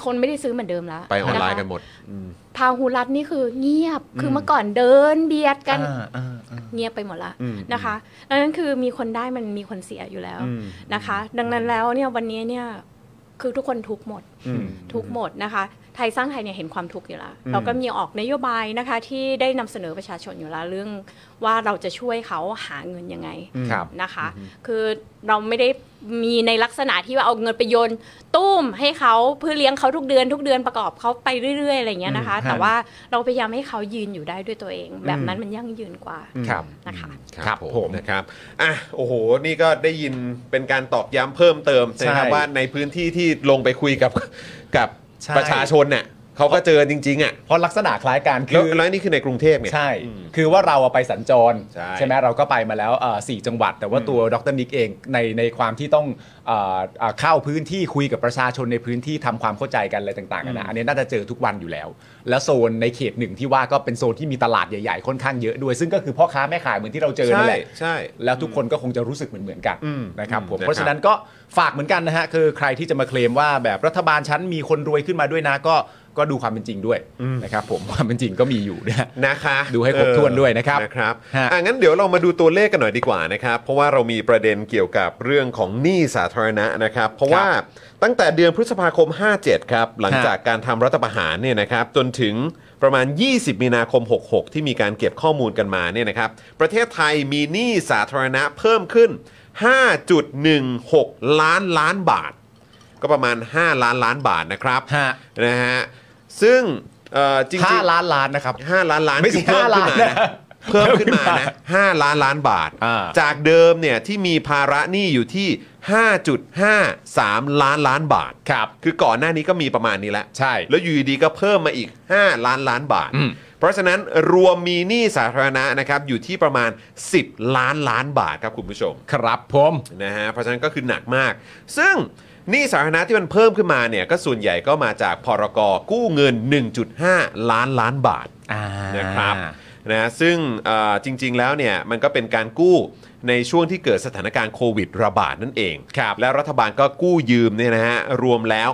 [SPEAKER 3] คนไม่ได้ซื้อเหมือนเดิมแล้ว
[SPEAKER 1] ไปออนไลน์
[SPEAKER 3] ะคะ
[SPEAKER 1] กันหมดอืม
[SPEAKER 3] พาหูรัตนี่คือเงียบคือเมื่อก่อนเดินเบียดกัน
[SPEAKER 2] อ่าอ่าอ่า
[SPEAKER 3] เงียบไปหมดละ
[SPEAKER 1] อืม
[SPEAKER 3] นะคะดังนั้นคือมีคนได้มันมีคนเสียอยู่แล้ว
[SPEAKER 1] อืม
[SPEAKER 3] นะคะ ดังนั้นแล้วเนี่ยวันนี้เนี่ยคือทุกคนทุกข์หมด
[SPEAKER 1] อืม
[SPEAKER 3] ทุกข์หมดนะคะ ไทยสร้างไทยเนี่ยเห็นความทุกข์อยู่แล้ว
[SPEAKER 1] อืม
[SPEAKER 3] เราก็มีออกนโยบายนะคะที่ได้นำเสนอประชาชนอยู่แล้วเรื่องว่าเราจะช่วยเขาหาเงินยังไง
[SPEAKER 2] ครับ
[SPEAKER 3] นะคะ คือเราไม่ได้มีในลักษณะที่ว่าเอาเงินไปโยนตุ้มให้เขาเพื่อเลี้ยงเขาทุกเดือนทุกเดือนประกอบเขาไปเรื่อยๆอะไรอย่างเงี้ยนะคะ
[SPEAKER 2] อืมฮะ
[SPEAKER 3] แต่ว่าเราพยายามให้เขายืนอยู่ได้ด้วยตัวเอง แบบนั้นมันยั่งยืนกว่า
[SPEAKER 2] ครับ
[SPEAKER 3] นะคะ
[SPEAKER 1] ครับ
[SPEAKER 2] ครับ
[SPEAKER 1] ผ
[SPEAKER 2] ผม ม
[SPEAKER 1] นะครับอ่ะโอ้โห นี่ก็ได้ยินเป็นการตอกย้ำเพิ่มเติม
[SPEAKER 2] ใช่
[SPEAKER 1] นะครับว่าในพื้นที่ที่ลงไปคุยกับ (laughs) กับ
[SPEAKER 2] ใช่
[SPEAKER 1] ประชาชนเนี่ยเขาก็เจอจริง ๆ อ่ะ
[SPEAKER 2] เพราะลักษณะคล้ายกัน
[SPEAKER 1] แล้
[SPEAKER 2] คื
[SPEAKER 1] ว
[SPEAKER 2] อ
[SPEAKER 1] แล้วนี่คือในกรุงเทพเนี่ย
[SPEAKER 2] ใช่
[SPEAKER 1] อืม
[SPEAKER 2] คือว่าเราอะไปสัญจร
[SPEAKER 1] ใช่
[SPEAKER 2] ไหมเราก็ไปมาแล้วเอ่อสี่จังหวัด แต่ว่าตัวดรนิกเองในในความที่ต้องเอ่อเอ่อเข้าพื้นที่คุยกับประชาชนในพื้นที่ทำความเข้าใจกันอะไรต่างๆกันะอันนี้น่าจะเจอทุกวันอยู่แล้ว แล้วโซนในเขตหนึ่งที่ว่าก็เป็นโซนที่มีตลาดใหญ่ๆค่อนข้างเยอะด้วย ซึ่งก็คือพ่อค้าแม่ขายเหมือนที่เราเจอนั่นแหละ
[SPEAKER 1] ใช่ใช่
[SPEAKER 2] แล้วทุกคนก็คงจะรู้สึกเหมือนๆกัน
[SPEAKER 1] อืม
[SPEAKER 2] นะครับผ
[SPEAKER 1] นะ
[SPEAKER 2] ม
[SPEAKER 1] ครับ
[SPEAKER 2] เพราะฉะนั้นก็ฝากเหมือนกันนะฮะคือใครที่จะมาเคลมว่าแบบรัฐบาลชั้นมีคนรวยขึ้นมาด้วยนะก็ก็ดูความเป็นจริงด้วยนะครับผม (laughs) ความเป็นจริงก็มีอยู่นะฮะ
[SPEAKER 1] นะคะ
[SPEAKER 2] ดูให้ครบถ้วนด้วยนะครับ
[SPEAKER 1] นะครับ
[SPEAKER 2] ฮะ
[SPEAKER 1] อ่ะงั้นเดี๋ยวเรามาดูตัวเลขกันหน่อยดีกว่านะครับ เพราะว่าเรามีประเด็นเกี่ยวกับเรื่องของหนี้สาธารณะนะครับ เพราะว่าตั้งแต่เดือนพฤษภาคม 57 ครับ หลังจากการทำรัฐประหารเนี่ยนะครับ จนถึงประมาณ 20 มีนาคม 66 ที่มีการเก็บข้อมูลกันมาเนี่ยนะครับ ประเทศไทยมีหนี้สาธารณะเพิ่มขึ้น 5.16 ล้านล้านบาท ก็ประมาณ 5 ล้านล้านบาทนะครับ
[SPEAKER 2] ฮะ
[SPEAKER 1] นะฮะซึ่งเอ่อจริงๆ
[SPEAKER 2] ห้าล้านล้านนะครับ
[SPEAKER 1] ห้าล้านล้าน
[SPEAKER 2] ไม่
[SPEAKER 1] คื
[SPEAKER 2] ใช่
[SPEAKER 1] อเพิ่ม
[SPEAKER 2] ห้า
[SPEAKER 1] ขึ้นมานะ
[SPEAKER 2] ล้านนะ
[SPEAKER 1] เพิ่มขึ้นมานะห้าล้านล้านบาท
[SPEAKER 2] อ่า
[SPEAKER 1] จากเดิมเนี่ยที่มีภาระหนี้อยู่ที่ 5.53 ล้านล้านบาท
[SPEAKER 2] ครับ
[SPEAKER 1] คือก่อนหน้านี้ก็มีประมาณนี้แหละ
[SPEAKER 2] ใช่
[SPEAKER 1] แล้วอยู่ดีๆก็เพิ่มมาอีก 5 ล้านล้านบาท
[SPEAKER 2] อืม
[SPEAKER 1] เพราะฉะนั้นรวมมีหนี้สาธารณะนะครับอยู่ที่ประมาณ 10 ล้านล้านบาทครับคุณผู้ชม
[SPEAKER 2] ครับผม
[SPEAKER 1] นะฮะเพราะฉะนั้นก็คือหนักมาก ซึ่งหนี่สาธารณะที่มันเพิ่มขึ้นมาเนี่ยก็ส่วนใหญ่ก็มาจากพรกกู้เงิน 1.5 ล้านล้านบาท
[SPEAKER 2] อ่า
[SPEAKER 1] นะครับนะฮะซึ่งเอ่อจริงๆแล้วเนี่ยมันก็เป็นการกู้ในช่วงที่เกิดสถานการณ์โควิดระบาดนั่นเอง
[SPEAKER 2] ครับ
[SPEAKER 1] และรัฐบาลก็กู้ยืมเนี่ยนะฮะรวมแล้ว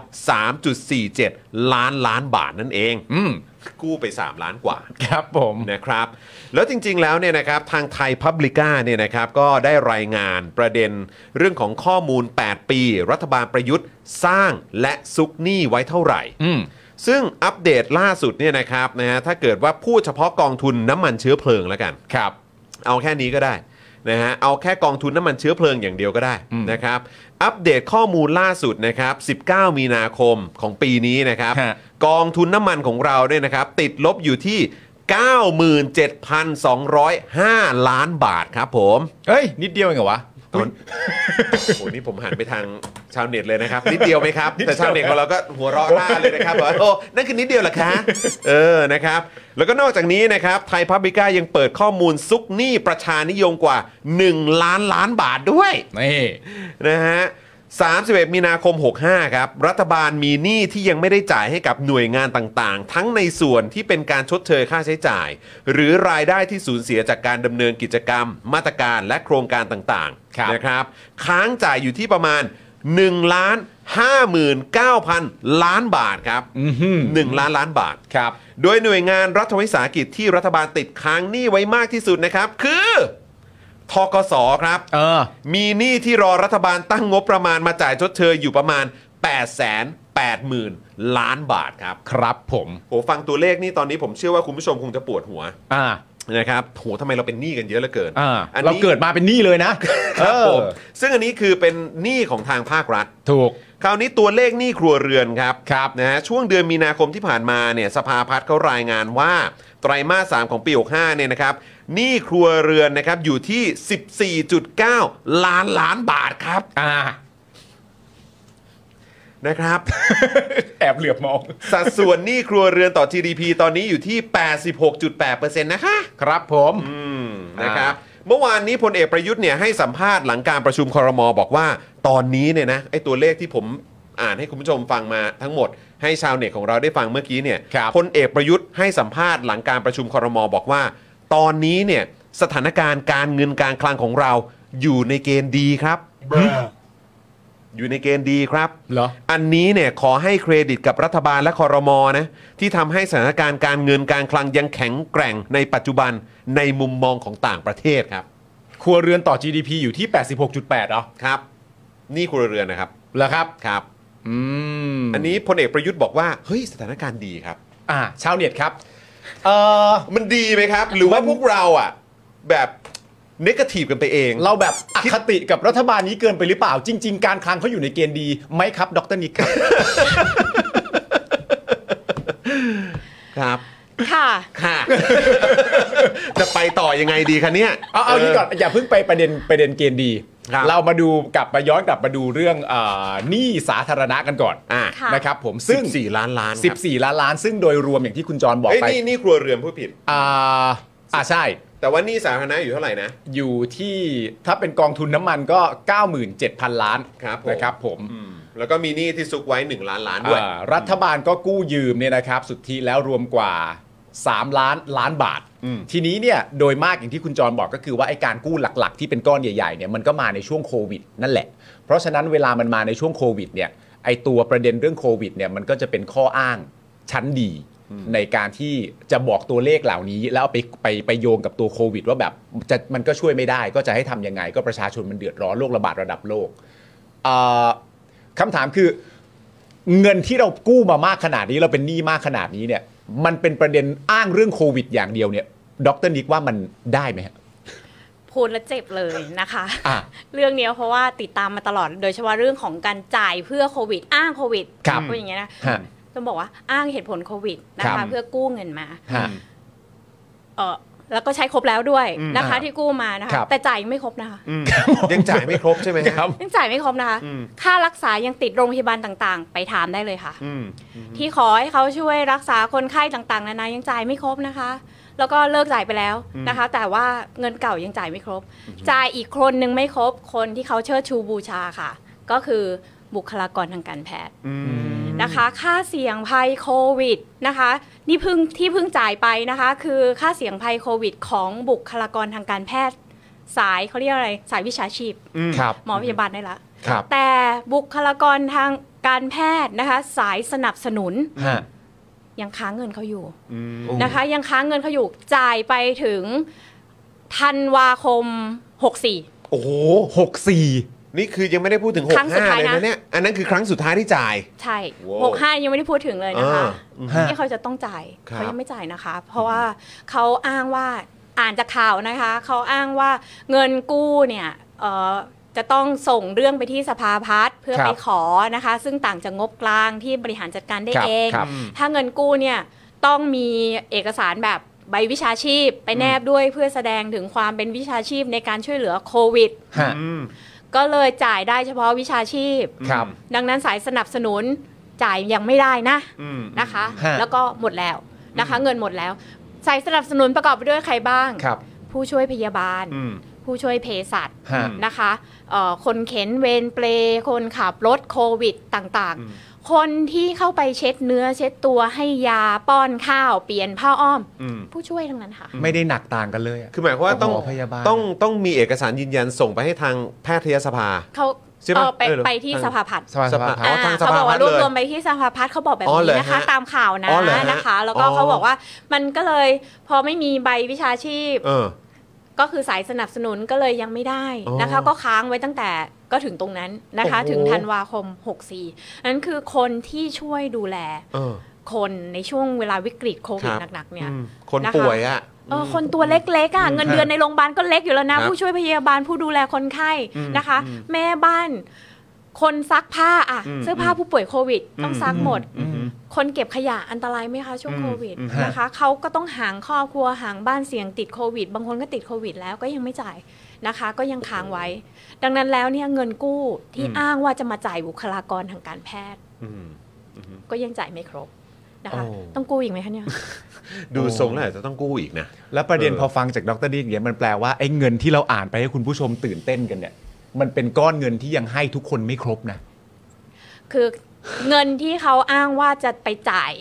[SPEAKER 1] 3.47 ล้านล้านบาทนั่นเอง
[SPEAKER 2] อืม
[SPEAKER 1] กู้ไป 3 ล้านกว่า
[SPEAKER 2] ครับผม
[SPEAKER 1] นะครับแล้วจริงๆแล้วเนี่ยนะครับทางไทยพับลิก้าเนี่ยนะครับก็ได้รายงานประเด็นเรื่องของข้อมูล 8 ปี รัฐบาลประยุทธ์สร้างและซุกหนี้ไว้เท่าไหร่
[SPEAKER 2] อืม
[SPEAKER 1] ซึ่งอัปเดตล่าสุดเนี่ยนะครับนะฮะถ้าเกิดว่าพูดเฉพาะกองทุนน้ำมันเชื้อเพลิงแล้วกัน
[SPEAKER 2] ครับ
[SPEAKER 1] เอาแค่นี้ก็ได้นะฮะเอาแค่กองทุนน้ำมันเชื้อเพลิงอย่างเดียวก็ได้นะครับอัปเดตข้อมูลล่าสุดนะครับ 19 มีนาคมของปีนี้นะครับ
[SPEAKER 2] ฮะ
[SPEAKER 1] กองทุนน้ำมันของเราเนี่ยนะครับ ติดลบอยู่ที่ 97,205 ล้านบาทครับผม
[SPEAKER 2] เอ้ย นิดเดียวเองเหรอวะ
[SPEAKER 1] ตอนโอ้โหนี่ผมหันไปทางชาวเน็ตเลยนะครับ นิดเดียวไหมครับ แต่ชาวเน็ตของเราก็หัวเราะร่าเลยนะครับบอกว่าโอ้นั่นคือนิดเดียวเหรอคะเออนะครับ แล้วก็นอกจากนี้นะครับไทยพับบิก้ายังเปิดข้อมูลซุกหนี้ประชานิยมกว่า 1 ล้านล้านบาทด้วย
[SPEAKER 2] นี่
[SPEAKER 1] นะฮะ 31 มีนาคม 65 ครับ รัฐบาลมีหนี้ที่ยังไม่ได้จ่ายให้กับหน่วยงานต่างๆ ทั้งในส่วนที่เป็นการชดเชยค่าใช้จ่าย หรือรายได้ที่สูญเสียจากการดำเนินกิจกรรม มาตรการและโครงการต่าง
[SPEAKER 2] ครับ
[SPEAKER 1] ๆนะครับ ค้างจ่ายอยู่ที่ประมาณ1ล้าน59,000 ล้านบาทครับ 1 ล้านล้านบาท
[SPEAKER 2] ครับ
[SPEAKER 1] โดยหน่วยงานรัฐวิสาหกิจที่รัฐบาลติดค้างหนี้ไว้มากที่สุดนะครับ คือทกสครับ
[SPEAKER 2] เออ
[SPEAKER 1] มีหนี้ที่รอรัฐบาลตั้งงบประมาณมาจ่ายชดเชยอยู่ประมาณ 8 8 0 0 0 0 ล้านบาทครับ
[SPEAKER 2] ครับผม
[SPEAKER 1] โหฟังตัวเลขนี่ตอนนี้ผมเชื่อว่าคุณผู้ชมคงจะปวดหัว
[SPEAKER 2] อ่า
[SPEAKER 1] นะครับโหทำไมเราเป็นหนี้กันเยอะเหลือเกิน
[SPEAKER 2] อ่า
[SPEAKER 1] อัน
[SPEAKER 2] เรา
[SPEAKER 1] นี้
[SPEAKER 2] เกิดมาเป็นหนี้เลยนะครับ
[SPEAKER 1] ผม
[SPEAKER 2] เออ
[SPEAKER 1] ซึ่งอันนี้คือเป็นหนี้ของทางภาครัฐ
[SPEAKER 2] ถูก
[SPEAKER 1] คราวนี้ตัวเลขหนี้ครัวเรือนครับ
[SPEAKER 2] ครับ
[SPEAKER 1] นะฮะช่วงเดือนมีนาคมที่ผ่านมาเนี่ยสภาพัฒน์เขารายงานว่าไตรมาส 3 ของปี 65เนี่ยนะครับหนี้ครัวเรือนนะครับอยู่ที่ 14.9 ล้านล้านบาทครับ
[SPEAKER 2] อ่า
[SPEAKER 1] นะครับ
[SPEAKER 2] แอบเหลือบมอง
[SPEAKER 1] สัดส่วนหนี้ครัวเรือนต่อ GDP ตอนนี้อยู่ที่ 86.8%นะคะ
[SPEAKER 2] ครับผม
[SPEAKER 1] อืม นะครับ เมื่อวานนี้พลเอกประยุทธ์เนี่ยให้สัมภาษณ์หลังการประชุมครมบอกว่า ตอนนี้เนี่ยนะไอ้ตัวเลขที่ผม อ่านให้คุณผู้ชมฟังมาทั้งหมด ให้ชาวเน็ตของเราได้ฟังเมื่อกี้เนี่ย
[SPEAKER 2] ครับ
[SPEAKER 1] พลเอกประยุทธ์ให้สัมภาษณ์หลังการประชุมครมบอกว่า ตอนนี้เนี่ยสถานการณ์การเงินการคลังของเราอยู่ในเกณฑ์ดีครับ อยู่ในเกณฑ์ดีครับ
[SPEAKER 2] เหรอ
[SPEAKER 1] อันนี้เนี่ยขอให้เครดิตกับรัฐบาลและคอรมอนะที่ทำให้สถานการณ์การเงินการคลังยังแข็งแกร่งในปัจจุบันในมุมมองของต่างประเทศครับ
[SPEAKER 2] ครัวเรือนต่อ GDP อยู่ที่ 86.8เหรอ
[SPEAKER 1] ครับ นี่ครัวเรือนนะครับ
[SPEAKER 2] เหรอครับ
[SPEAKER 1] ครับ
[SPEAKER 2] อืม
[SPEAKER 1] อันนี้พลเอกประยุทธ์บอกว่าเฮ้ยสถานการณ์ดีครับ
[SPEAKER 2] อ่าชาวเน็ตครับเออ
[SPEAKER 1] มันดีไหมครับ หรือว่าพวกเราอ่ะแบบเนกาทีฟกันไปเอง
[SPEAKER 2] เราแบบอคติกับรัฐบาลนี้เกินไปหรือเปล่า จริง ๆ การคลังเขาอยู่ในเกณฑ์ดีไหมครับดรนิกครับ
[SPEAKER 1] ครับ
[SPEAKER 3] ค่ะ
[SPEAKER 1] ค่ะ (laughs) จะไปต่อยังไงดีคะเนี่ย
[SPEAKER 2] เอาเอานี้ก่อนอย่าเพิ่งไปประเด็นประเด็นเกณฑ์ดี
[SPEAKER 1] ครับ
[SPEAKER 2] เรามาดูกลับมาย้อนกลับมาดูเรื่องเออหนี้สาธารณะกันก่อน
[SPEAKER 1] อ่ะ
[SPEAKER 3] ค่ะ
[SPEAKER 2] นะครับผม
[SPEAKER 1] ซึ่
[SPEAKER 2] ซึ่
[SPEAKER 1] ง
[SPEAKER 2] ง
[SPEAKER 1] สี่ล้านล้านครับ
[SPEAKER 2] 14 ล้านล้าน ซึ่งโดยรวมอย่างที่คุณจรบอก
[SPEAKER 1] เอ้ย
[SPEAKER 2] ไป
[SPEAKER 1] นี่นี่ครัวเรือนผู้ผิด
[SPEAKER 2] อ่าอ่าใช่
[SPEAKER 1] แต่ว่านี่สาธารณะอยู่เท่าไหร่นะ
[SPEAKER 2] อยู่ที่ถ้าเป็นกองทุนน้ำมันก็ 97,000 ล้าน
[SPEAKER 1] ครับผม
[SPEAKER 2] นะครับผม
[SPEAKER 1] อืมแล้วก็มีหนี้ที่ซุกไว้ 1 ล้านล้านด้วย
[SPEAKER 2] อ่ารัฐบาลก็กู้ยืมเนี่ยนะครับ สุทธิแล้วรวมกว่า 3 ล้านล้านบาท
[SPEAKER 1] อืม
[SPEAKER 2] ทีนี้เนี่ยโดยมากอย่างที่คุณจรบอกก็คือว่าไอ้การกู้หลัก ๆ ที่เป็นก้อนใหญ่ๆเนี่ยมันก็มาในช่วงโควิดนั่นแหละ เพราะฉะนั้นเวลามันมาในช่วงโควิดเนี่ยไอ้ตัวประเด็นเรื่องโควิดเนี่ยมันก็จะเป็นข้ออ้างชั้นดี ในการที่จะบอกตัวเลขเหล่านี้ แล้วเอาไปไปไปโยงกับตัวโควิด ว่าแบบจะมันก็ช่วยไม่ได้ ก็จะให้ทำยังไง ก็ประชาชนมันเดือดร้อนโรคระบาดระดับโลกเอ่อคำถามคือ เงินที่เรากู้มามากขนาดนี้เราเป็นหนี้มากขนาดนี้เนี่ย มันเป็นประเด็นอ้างเรื่องโควิด อย่างเดียวเนี่ยดรนิกว่ามันได้ไหมฮะ
[SPEAKER 3] พูดแล้วเจ็บเลยนะคะ
[SPEAKER 2] อ่ะ
[SPEAKER 3] เรื่องเนี้ยเพราะว่าติดตามมาตลอด โดยเฉพาะเรื่องของการจ่ายเพื่อโควิด อ้างโควิด
[SPEAKER 2] ครับ
[SPEAKER 3] พูดอย่างเงี้ยนะ
[SPEAKER 2] ฮะ
[SPEAKER 3] ต้องบอกว่าอ้างเหตุผลโควิดนะ
[SPEAKER 2] ครั
[SPEAKER 3] คะ
[SPEAKER 2] บ
[SPEAKER 3] เพื่อกู้เงินมา
[SPEAKER 2] ฮะ
[SPEAKER 3] เออแล้วก็ใช้ครบแล้วด้วยนะคะ
[SPEAKER 2] อ่า
[SPEAKER 3] ที่กู้มานะคะ
[SPEAKER 2] ครับ
[SPEAKER 3] แต่จ่ายยังไม่ครบนะคะ
[SPEAKER 1] ยังจ่ายไม่ครบใช่ไหมฮะ
[SPEAKER 2] ครับ
[SPEAKER 3] ยังจ่ายไม่ครบนะคะ
[SPEAKER 1] อืม
[SPEAKER 3] ค่ารักษายังติดโรงพยาบาลต่างๆ ไปถามได้เลยค่ะ
[SPEAKER 1] อืม
[SPEAKER 3] ที่ขอให้เขาช่วยรักษาคนไข้ต่างๆ นานายังจ่ายไม่ครบนะคะ แล้วก็เลิกจ่ายไปแล้วนะคะ แต่ว่าเงินเก่ายังจ่ายไม่ครบ จ่ายอีกคนหนึ่งไม่ครบ คนที่เขาเชิดชูบูชาค่ะ ก็คือบุคลากรทางการแพทย์นะคะ ค่าเสี่ยงภัยโควิดนะคะ นี่เพิ่งที่เพิ่งจ่ายไปนะคะ คือค่าเสี่ยงภัยโควิด ของบุคลากรทางการแพทย์ สายเขาเรียกอะไรสายวิชาชีพ
[SPEAKER 2] ครับ
[SPEAKER 3] หมอพยาบาลได้ละ
[SPEAKER 2] ครับ
[SPEAKER 3] แต่บุคลากรทางการแพทย์นะคะ สายสนับสนุน
[SPEAKER 2] ฮะ
[SPEAKER 3] ยังค้างเงินเขาอยู่
[SPEAKER 1] โอ้
[SPEAKER 3] นะคะ ยังค้างเงินเขาอยู่จ่ายไปถึงธันวาคม 64
[SPEAKER 2] โอ้โหหกสี่
[SPEAKER 1] นี่คือยังไม่ได้พูดถึงหก
[SPEAKER 3] ครั้งสุด
[SPEAKER 1] ห้า
[SPEAKER 3] ท้าย
[SPEAKER 1] เลย
[SPEAKER 3] นะ
[SPEAKER 1] นะเนี่ย อันนั้นคือครั้งสุดท้ายที่จ่าย
[SPEAKER 3] ใช่
[SPEAKER 1] ว้าว
[SPEAKER 3] 65 ยังไม่ได้พูดถึงเลยนะคะ
[SPEAKER 2] อ่า
[SPEAKER 3] ที่เขาจะต้องจ่าย
[SPEAKER 1] ครับ
[SPEAKER 3] เขายังไม่จ่ายนะคะ เพราะว่าเขาอ้างว่าอ่านจากข่าวนะคะ เขาอ้างว่าเงินกู้เนี่ยเอ่อจะต้องส่งเรื่องไปที่สภาพัฒน์เพื่อ
[SPEAKER 2] ครับ
[SPEAKER 3] ไปขอนะคะ ซึ่งต่างจากงบกลางที่บริหารจัดการได้
[SPEAKER 2] ครับ
[SPEAKER 3] เอง
[SPEAKER 2] ครับ
[SPEAKER 3] ถ้าเงินกู้เนี่ยต้องมีเอกสารแบบใบวิชาชีพ ไปแนบด้วยเพื่อแสดงถึงความเป็นวิชาชีพในการช่วยเหลือโควิด
[SPEAKER 2] ฮะ
[SPEAKER 3] ก็เลยจ่ายได้เฉพาะวิชาชีพ
[SPEAKER 2] ครับ
[SPEAKER 3] ดังนั้นสายสนับสนุนจ่ายยังไม่ได้นะ
[SPEAKER 1] อืม
[SPEAKER 3] นะคะ
[SPEAKER 2] ฮะ
[SPEAKER 3] แล้วก็หมดแล้วนะคะ เงินหมดแล้วสายสนับสนุนประกอบไปด้วยใครบ้าง
[SPEAKER 2] ครับ
[SPEAKER 3] ผู้ช่วยพยาบาล
[SPEAKER 1] อืม
[SPEAKER 3] ผู้ช่วยเภสัช
[SPEAKER 2] ฮะ
[SPEAKER 3] นะคะเอ่อคนเข็นเวรเปลคนขับรถโควิดต่างๆ คนที่เข้าไปเช็ดเนื้อเช็ดตัวให้ยาป้อนข้าวเปลี่ยนผ้าอ้อม
[SPEAKER 1] อืม
[SPEAKER 3] ผู้ช่วยทั้งนั้นค่ะ
[SPEAKER 2] ไม่ได้หนักต่างกันเลยอะ
[SPEAKER 1] คือหมายความว่าต้อง
[SPEAKER 2] หมอพยาบาล
[SPEAKER 1] ต้องต้องมีเอกสารยืนยันส่งไปให้ทางแพทยสภา
[SPEAKER 3] เขา
[SPEAKER 1] ใช่ปะ
[SPEAKER 3] เอ่อไป
[SPEAKER 1] เออเหรอ
[SPEAKER 3] ไปที่สภาพัฒน์
[SPEAKER 2] สภาสภา
[SPEAKER 1] อ๋อ
[SPEAKER 3] อ่า
[SPEAKER 1] ทางสภา
[SPEAKER 3] เขาบอกว่า
[SPEAKER 1] พัฒน์
[SPEAKER 3] รวบ
[SPEAKER 1] เลย
[SPEAKER 3] รวมไปที่สภาพัฒน์เขาบอกแบบ
[SPEAKER 1] อ๋อเหรอ
[SPEAKER 3] นี้นะคะ
[SPEAKER 1] ฮะ
[SPEAKER 3] ตามข่าวนะ
[SPEAKER 1] อ๋อเหรอฮะ
[SPEAKER 3] นะคะ แล้วก็
[SPEAKER 1] อ๋อ
[SPEAKER 3] เขาบอกว่ามันก็เลยพอไม่มีใบวิชาชีพ
[SPEAKER 1] เออ
[SPEAKER 3] ก็คือสายสนับสนุนก็เลยยังไม่ได้นะคะ
[SPEAKER 1] อ๋อ
[SPEAKER 3] ก็ค้างไว้ตั้งแต่ก็ถึงตรงนั้นนะคะ
[SPEAKER 1] โอ้โห
[SPEAKER 3] ถึงธันวาคม 64นั้นคือคนที่ช่วยดูแล
[SPEAKER 1] เออ
[SPEAKER 3] คนในช่วงเวลาวิกฤตโควิด
[SPEAKER 1] รับ
[SPEAKER 3] หนักๆเนี่ย
[SPEAKER 1] อืมคน
[SPEAKER 3] นะคะ
[SPEAKER 1] ป่วยอ่ะ
[SPEAKER 3] เออคนตัวเล็กๆอ่ะเงินเดือนในโรงพยาบาลก็เล็กอยู่แล้วนะ
[SPEAKER 1] ครับ
[SPEAKER 3] ผู้ช่วยพยาบาลผู้ดูแลคนไข้นะคะ แม่บ้าน คนซักผ้าอ่ะ
[SPEAKER 1] อืม
[SPEAKER 3] เสื้อผ้าผู้ป่วยโควิด ต้องซักหมด
[SPEAKER 1] อืม
[SPEAKER 3] คนเก็บขยะอันตรายไหมคะช่วง
[SPEAKER 1] อืม
[SPEAKER 3] โควิด
[SPEAKER 1] อืม
[SPEAKER 3] นะคะเขาก็ต้องห่างครอบครัวห่างบ้านเสี่ยงติดโควิด บางคนก็ติดโควิด แล้วก็ยังไม่จ่ายนะคะ ก็ยังค้างไว้ ดังนั้นแล้วเนี่ยเงินกู้ที่อ้างว่าจะมาจ่ายบุคลากรทางการแพทย์
[SPEAKER 1] อืม
[SPEAKER 3] ก็ยังจ่ายไม่ครบนะคะ
[SPEAKER 1] โอ้
[SPEAKER 3] ต้องกู้อีกไหมคะเนี่ย
[SPEAKER 1] ดูทรงแล้วอาจจะต้องกู้อีกนะ
[SPEAKER 2] แล้วประเด็น
[SPEAKER 1] เออ
[SPEAKER 2] พอฟังจากดรนิกเนี่ยมันแปลว่าไอ้เงินที่เราอ่านไปให้คุณผู้ชมตื่นเต้นกันเนี่ย มันเป็นก้อนเงินที่ยังให้ทุกคนไม่ครบนะ
[SPEAKER 3] คือเงินที่เขาอ้างว่าจะไปจ่าย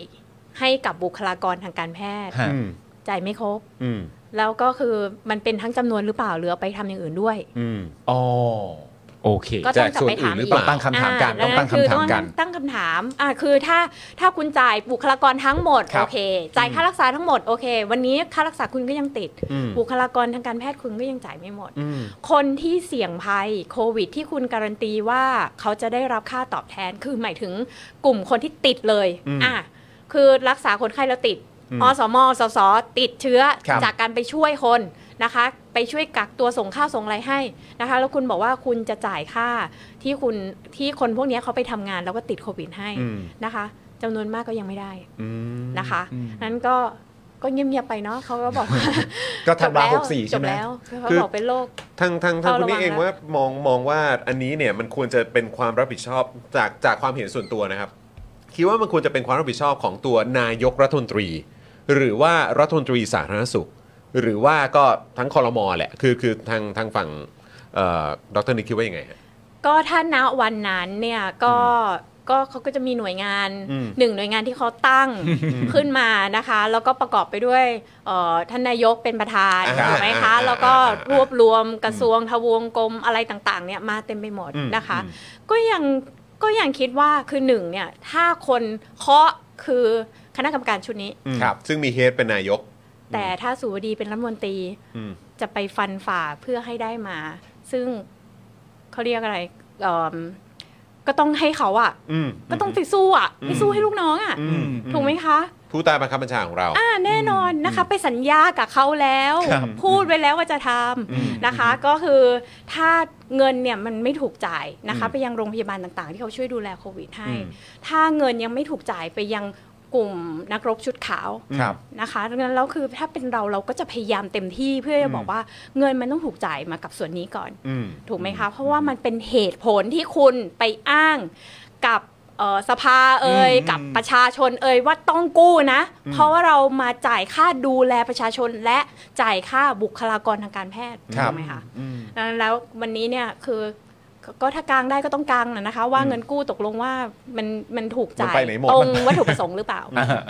[SPEAKER 3] ให้กับบุคลากรทางการแพทย์
[SPEAKER 2] ฮะ
[SPEAKER 1] อืม
[SPEAKER 3] จ่ายไม่ครบ
[SPEAKER 1] อืม
[SPEAKER 3] แล้วก็คือมันเป็นทั้งจำนวนหรือเปล่าหรือเอาไปทำอย่างอื่นด้วย
[SPEAKER 1] อืม
[SPEAKER 2] อ๋อโอเค
[SPEAKER 3] ก็ต้องกลับไปถาม
[SPEAKER 1] จากส่วนอื่นหรื
[SPEAKER 3] อี
[SPEAKER 1] อก เปล่า
[SPEAKER 2] ตั้งคำถามกันต้องตั้ง
[SPEAKER 3] คื
[SPEAKER 2] คำถามกัน
[SPEAKER 3] ตั้งคำถามอ่าคือถ้าถ้าคุณจ่ายบุคลากรทั้งหมด
[SPEAKER 2] ครั
[SPEAKER 3] โอบ เค จ่ายค่ารักษาทั้งหมดโอเค วันนี้ค่ารักษาคุณก็ยังติด
[SPEAKER 1] อืม
[SPEAKER 3] บุคลากรทางการแพทย์คุณก็ยังจ่ายไม่หมด
[SPEAKER 1] อืม
[SPEAKER 3] คนที่เสี่ยงภัยโควิดที่คุณการันตีว่าเขาจะได้รับค่าตอบแทน คือหมายถึงกลุ่มคนที่ติดเลย
[SPEAKER 1] อืม
[SPEAKER 3] อ่ะคือรักษาคนไข้แล้วติด
[SPEAKER 1] อืม
[SPEAKER 3] อสมสสติดเชื้อ
[SPEAKER 2] ครับ
[SPEAKER 3] จากการไปช่วยคนนะคะ ไปช่วยกักตัวส่งข้าวส่งอะไรให้นะคะ แล้วคุณบอกว่าคุณจะจ่ายค่าที่คุณที่คนพวกเนี้ยเขาไปทำงานแล้วก็ติดโควิดให้
[SPEAKER 1] อืม
[SPEAKER 3] นะคะจำนวนมากก็ยังไม่ได้
[SPEAKER 1] อืม
[SPEAKER 3] นะคะ
[SPEAKER 2] อืม
[SPEAKER 3] นั้นก็ก็เงียบเงียบๆไปเนาะเขาก็บอกว่า
[SPEAKER 2] (laughs) ก็ธันวา
[SPEAKER 3] จ
[SPEAKER 2] ห
[SPEAKER 3] บแล้ว
[SPEAKER 2] กสี่
[SPEAKER 3] จ
[SPEAKER 2] ใช่
[SPEAKER 3] บ
[SPEAKER 2] ไหม
[SPEAKER 3] แล้วเขา
[SPEAKER 1] คือ
[SPEAKER 3] บอกเป็นโรค
[SPEAKER 1] ทางทางทาง
[SPEAKER 3] เอา
[SPEAKER 1] คุณ
[SPEAKER 3] ระวัง
[SPEAKER 1] นี่เอง
[SPEAKER 3] นะ
[SPEAKER 1] ว่ามองมองว่าอันนี้เนี่ยมันควรจะเป็นความรับผิดชอบจากจากความเห็นส่วนตัวนะครับ คิดว่ามันควรจะเป็นความรับผิดชอบของตัวนายกรัฐมนตรี หรือว่ารัฐมนตรีสาธารณสุข หรือว่าก็ทั้งคอรมอแหละคือคือทางทางฝั่งเอ่อดรนิกคิดว่ายังไงฮะ
[SPEAKER 3] ก็ถ้าณวันนั้นเนี่ยก็ก็เขาก็จะมีหน่วยงาน
[SPEAKER 1] อืม
[SPEAKER 3] หนึ่งหน่วยงานที่เขาตั้งขึ้นมานะคะ แล้วก็ประกอบไปด้วยเอ่อท่านนายกเป็นประธาน
[SPEAKER 1] อ่า
[SPEAKER 3] ถูกไหม
[SPEAKER 1] อ่า
[SPEAKER 3] คะ
[SPEAKER 1] อ่า
[SPEAKER 3] แล้วก็
[SPEAKER 1] อ่าอ่าร
[SPEAKER 3] วบรวมกระทรวงทะวงกรมอะไรต่างๆเนี่ยมาเต็มไปหมด
[SPEAKER 1] อืม
[SPEAKER 3] นะคะ
[SPEAKER 1] อืม
[SPEAKER 3] ก็ยังก็ยังคิดว่าคือหนึ่งเนี่ยถ้าคนเคาะคือคณะกรรมการชุดนี้
[SPEAKER 1] อืม
[SPEAKER 2] ครับ
[SPEAKER 1] ซึ่งมีเฮดเป็นนายก
[SPEAKER 3] แต่ถ้าสุวดีเป็นรัฐมนตรี
[SPEAKER 1] อืม
[SPEAKER 3] จะไปฟันฝ่าเพื่อให้ได้มา ซึ่งเขาเรียกอะไรเอิ่มก็ต้องให้เขาอะ่ะ
[SPEAKER 1] อืม
[SPEAKER 3] ก็ต้องไปสู้อะ่ะ
[SPEAKER 1] อืม
[SPEAKER 3] ไปสู้ให้ลูกน้องอะ่ะ
[SPEAKER 1] อืม
[SPEAKER 3] ถูกไหมคะ
[SPEAKER 1] ผู้ใตาบังคับบัญชาของเรา
[SPEAKER 3] อ่าแน่นอนนะคะ ไปสัญญากับเขาแล้ว
[SPEAKER 2] ครับ
[SPEAKER 3] พูดไว้แล้วว่าจะท
[SPEAKER 1] อืม
[SPEAKER 3] ำนะคะ ก็คือถ้าเงินเนี่ยมันไม่ถูกจ่ายนะคะ
[SPEAKER 1] อืม
[SPEAKER 3] ไปยังโรงพยาบาลต่างๆ ที่เขาช่วยดูแลโควิดให้
[SPEAKER 1] อืม
[SPEAKER 3] ถ้าเงินยังไม่ถูกจ่ายไปยังกลุ่มนักรบชุดขาว
[SPEAKER 2] ครับ
[SPEAKER 3] นะคะดังนั้นแล้วคือถ้าเป็นเราเราก็จะพยายามเต็มที่เพื่อจะบอกว่าเงินมันต้องถูกจ่ายมากับส่วนนี้ก่อน
[SPEAKER 1] อืม
[SPEAKER 3] ถูกไหมคะ เพราะว่ามันเป็นเหตุผลที่คุณไปอ้างกับเอ่อสภาเอ่ย
[SPEAKER 2] อืม
[SPEAKER 3] กับประชาชนเอ่ยว่าต้องกู้นะ เพราะว่าเรามาจ่ายค่าดูแลประชาชนและจ่ายค่าบุคลากรทางการแพทย์
[SPEAKER 1] ครับ
[SPEAKER 3] ถูกไหมคะดังนั้นแล้ววันนี้เนี่ยคือก็ก็ถ้ากลางได้ก็ต้องกลางนะนะคะ ว่าเงินกู้ตกลงว่ามันมันถูกจ่า
[SPEAKER 1] มัน
[SPEAKER 3] ย
[SPEAKER 1] ไปไหนหมด
[SPEAKER 3] ตรงวัตถุประสงค์หรือเปล่า
[SPEAKER 2] อ่า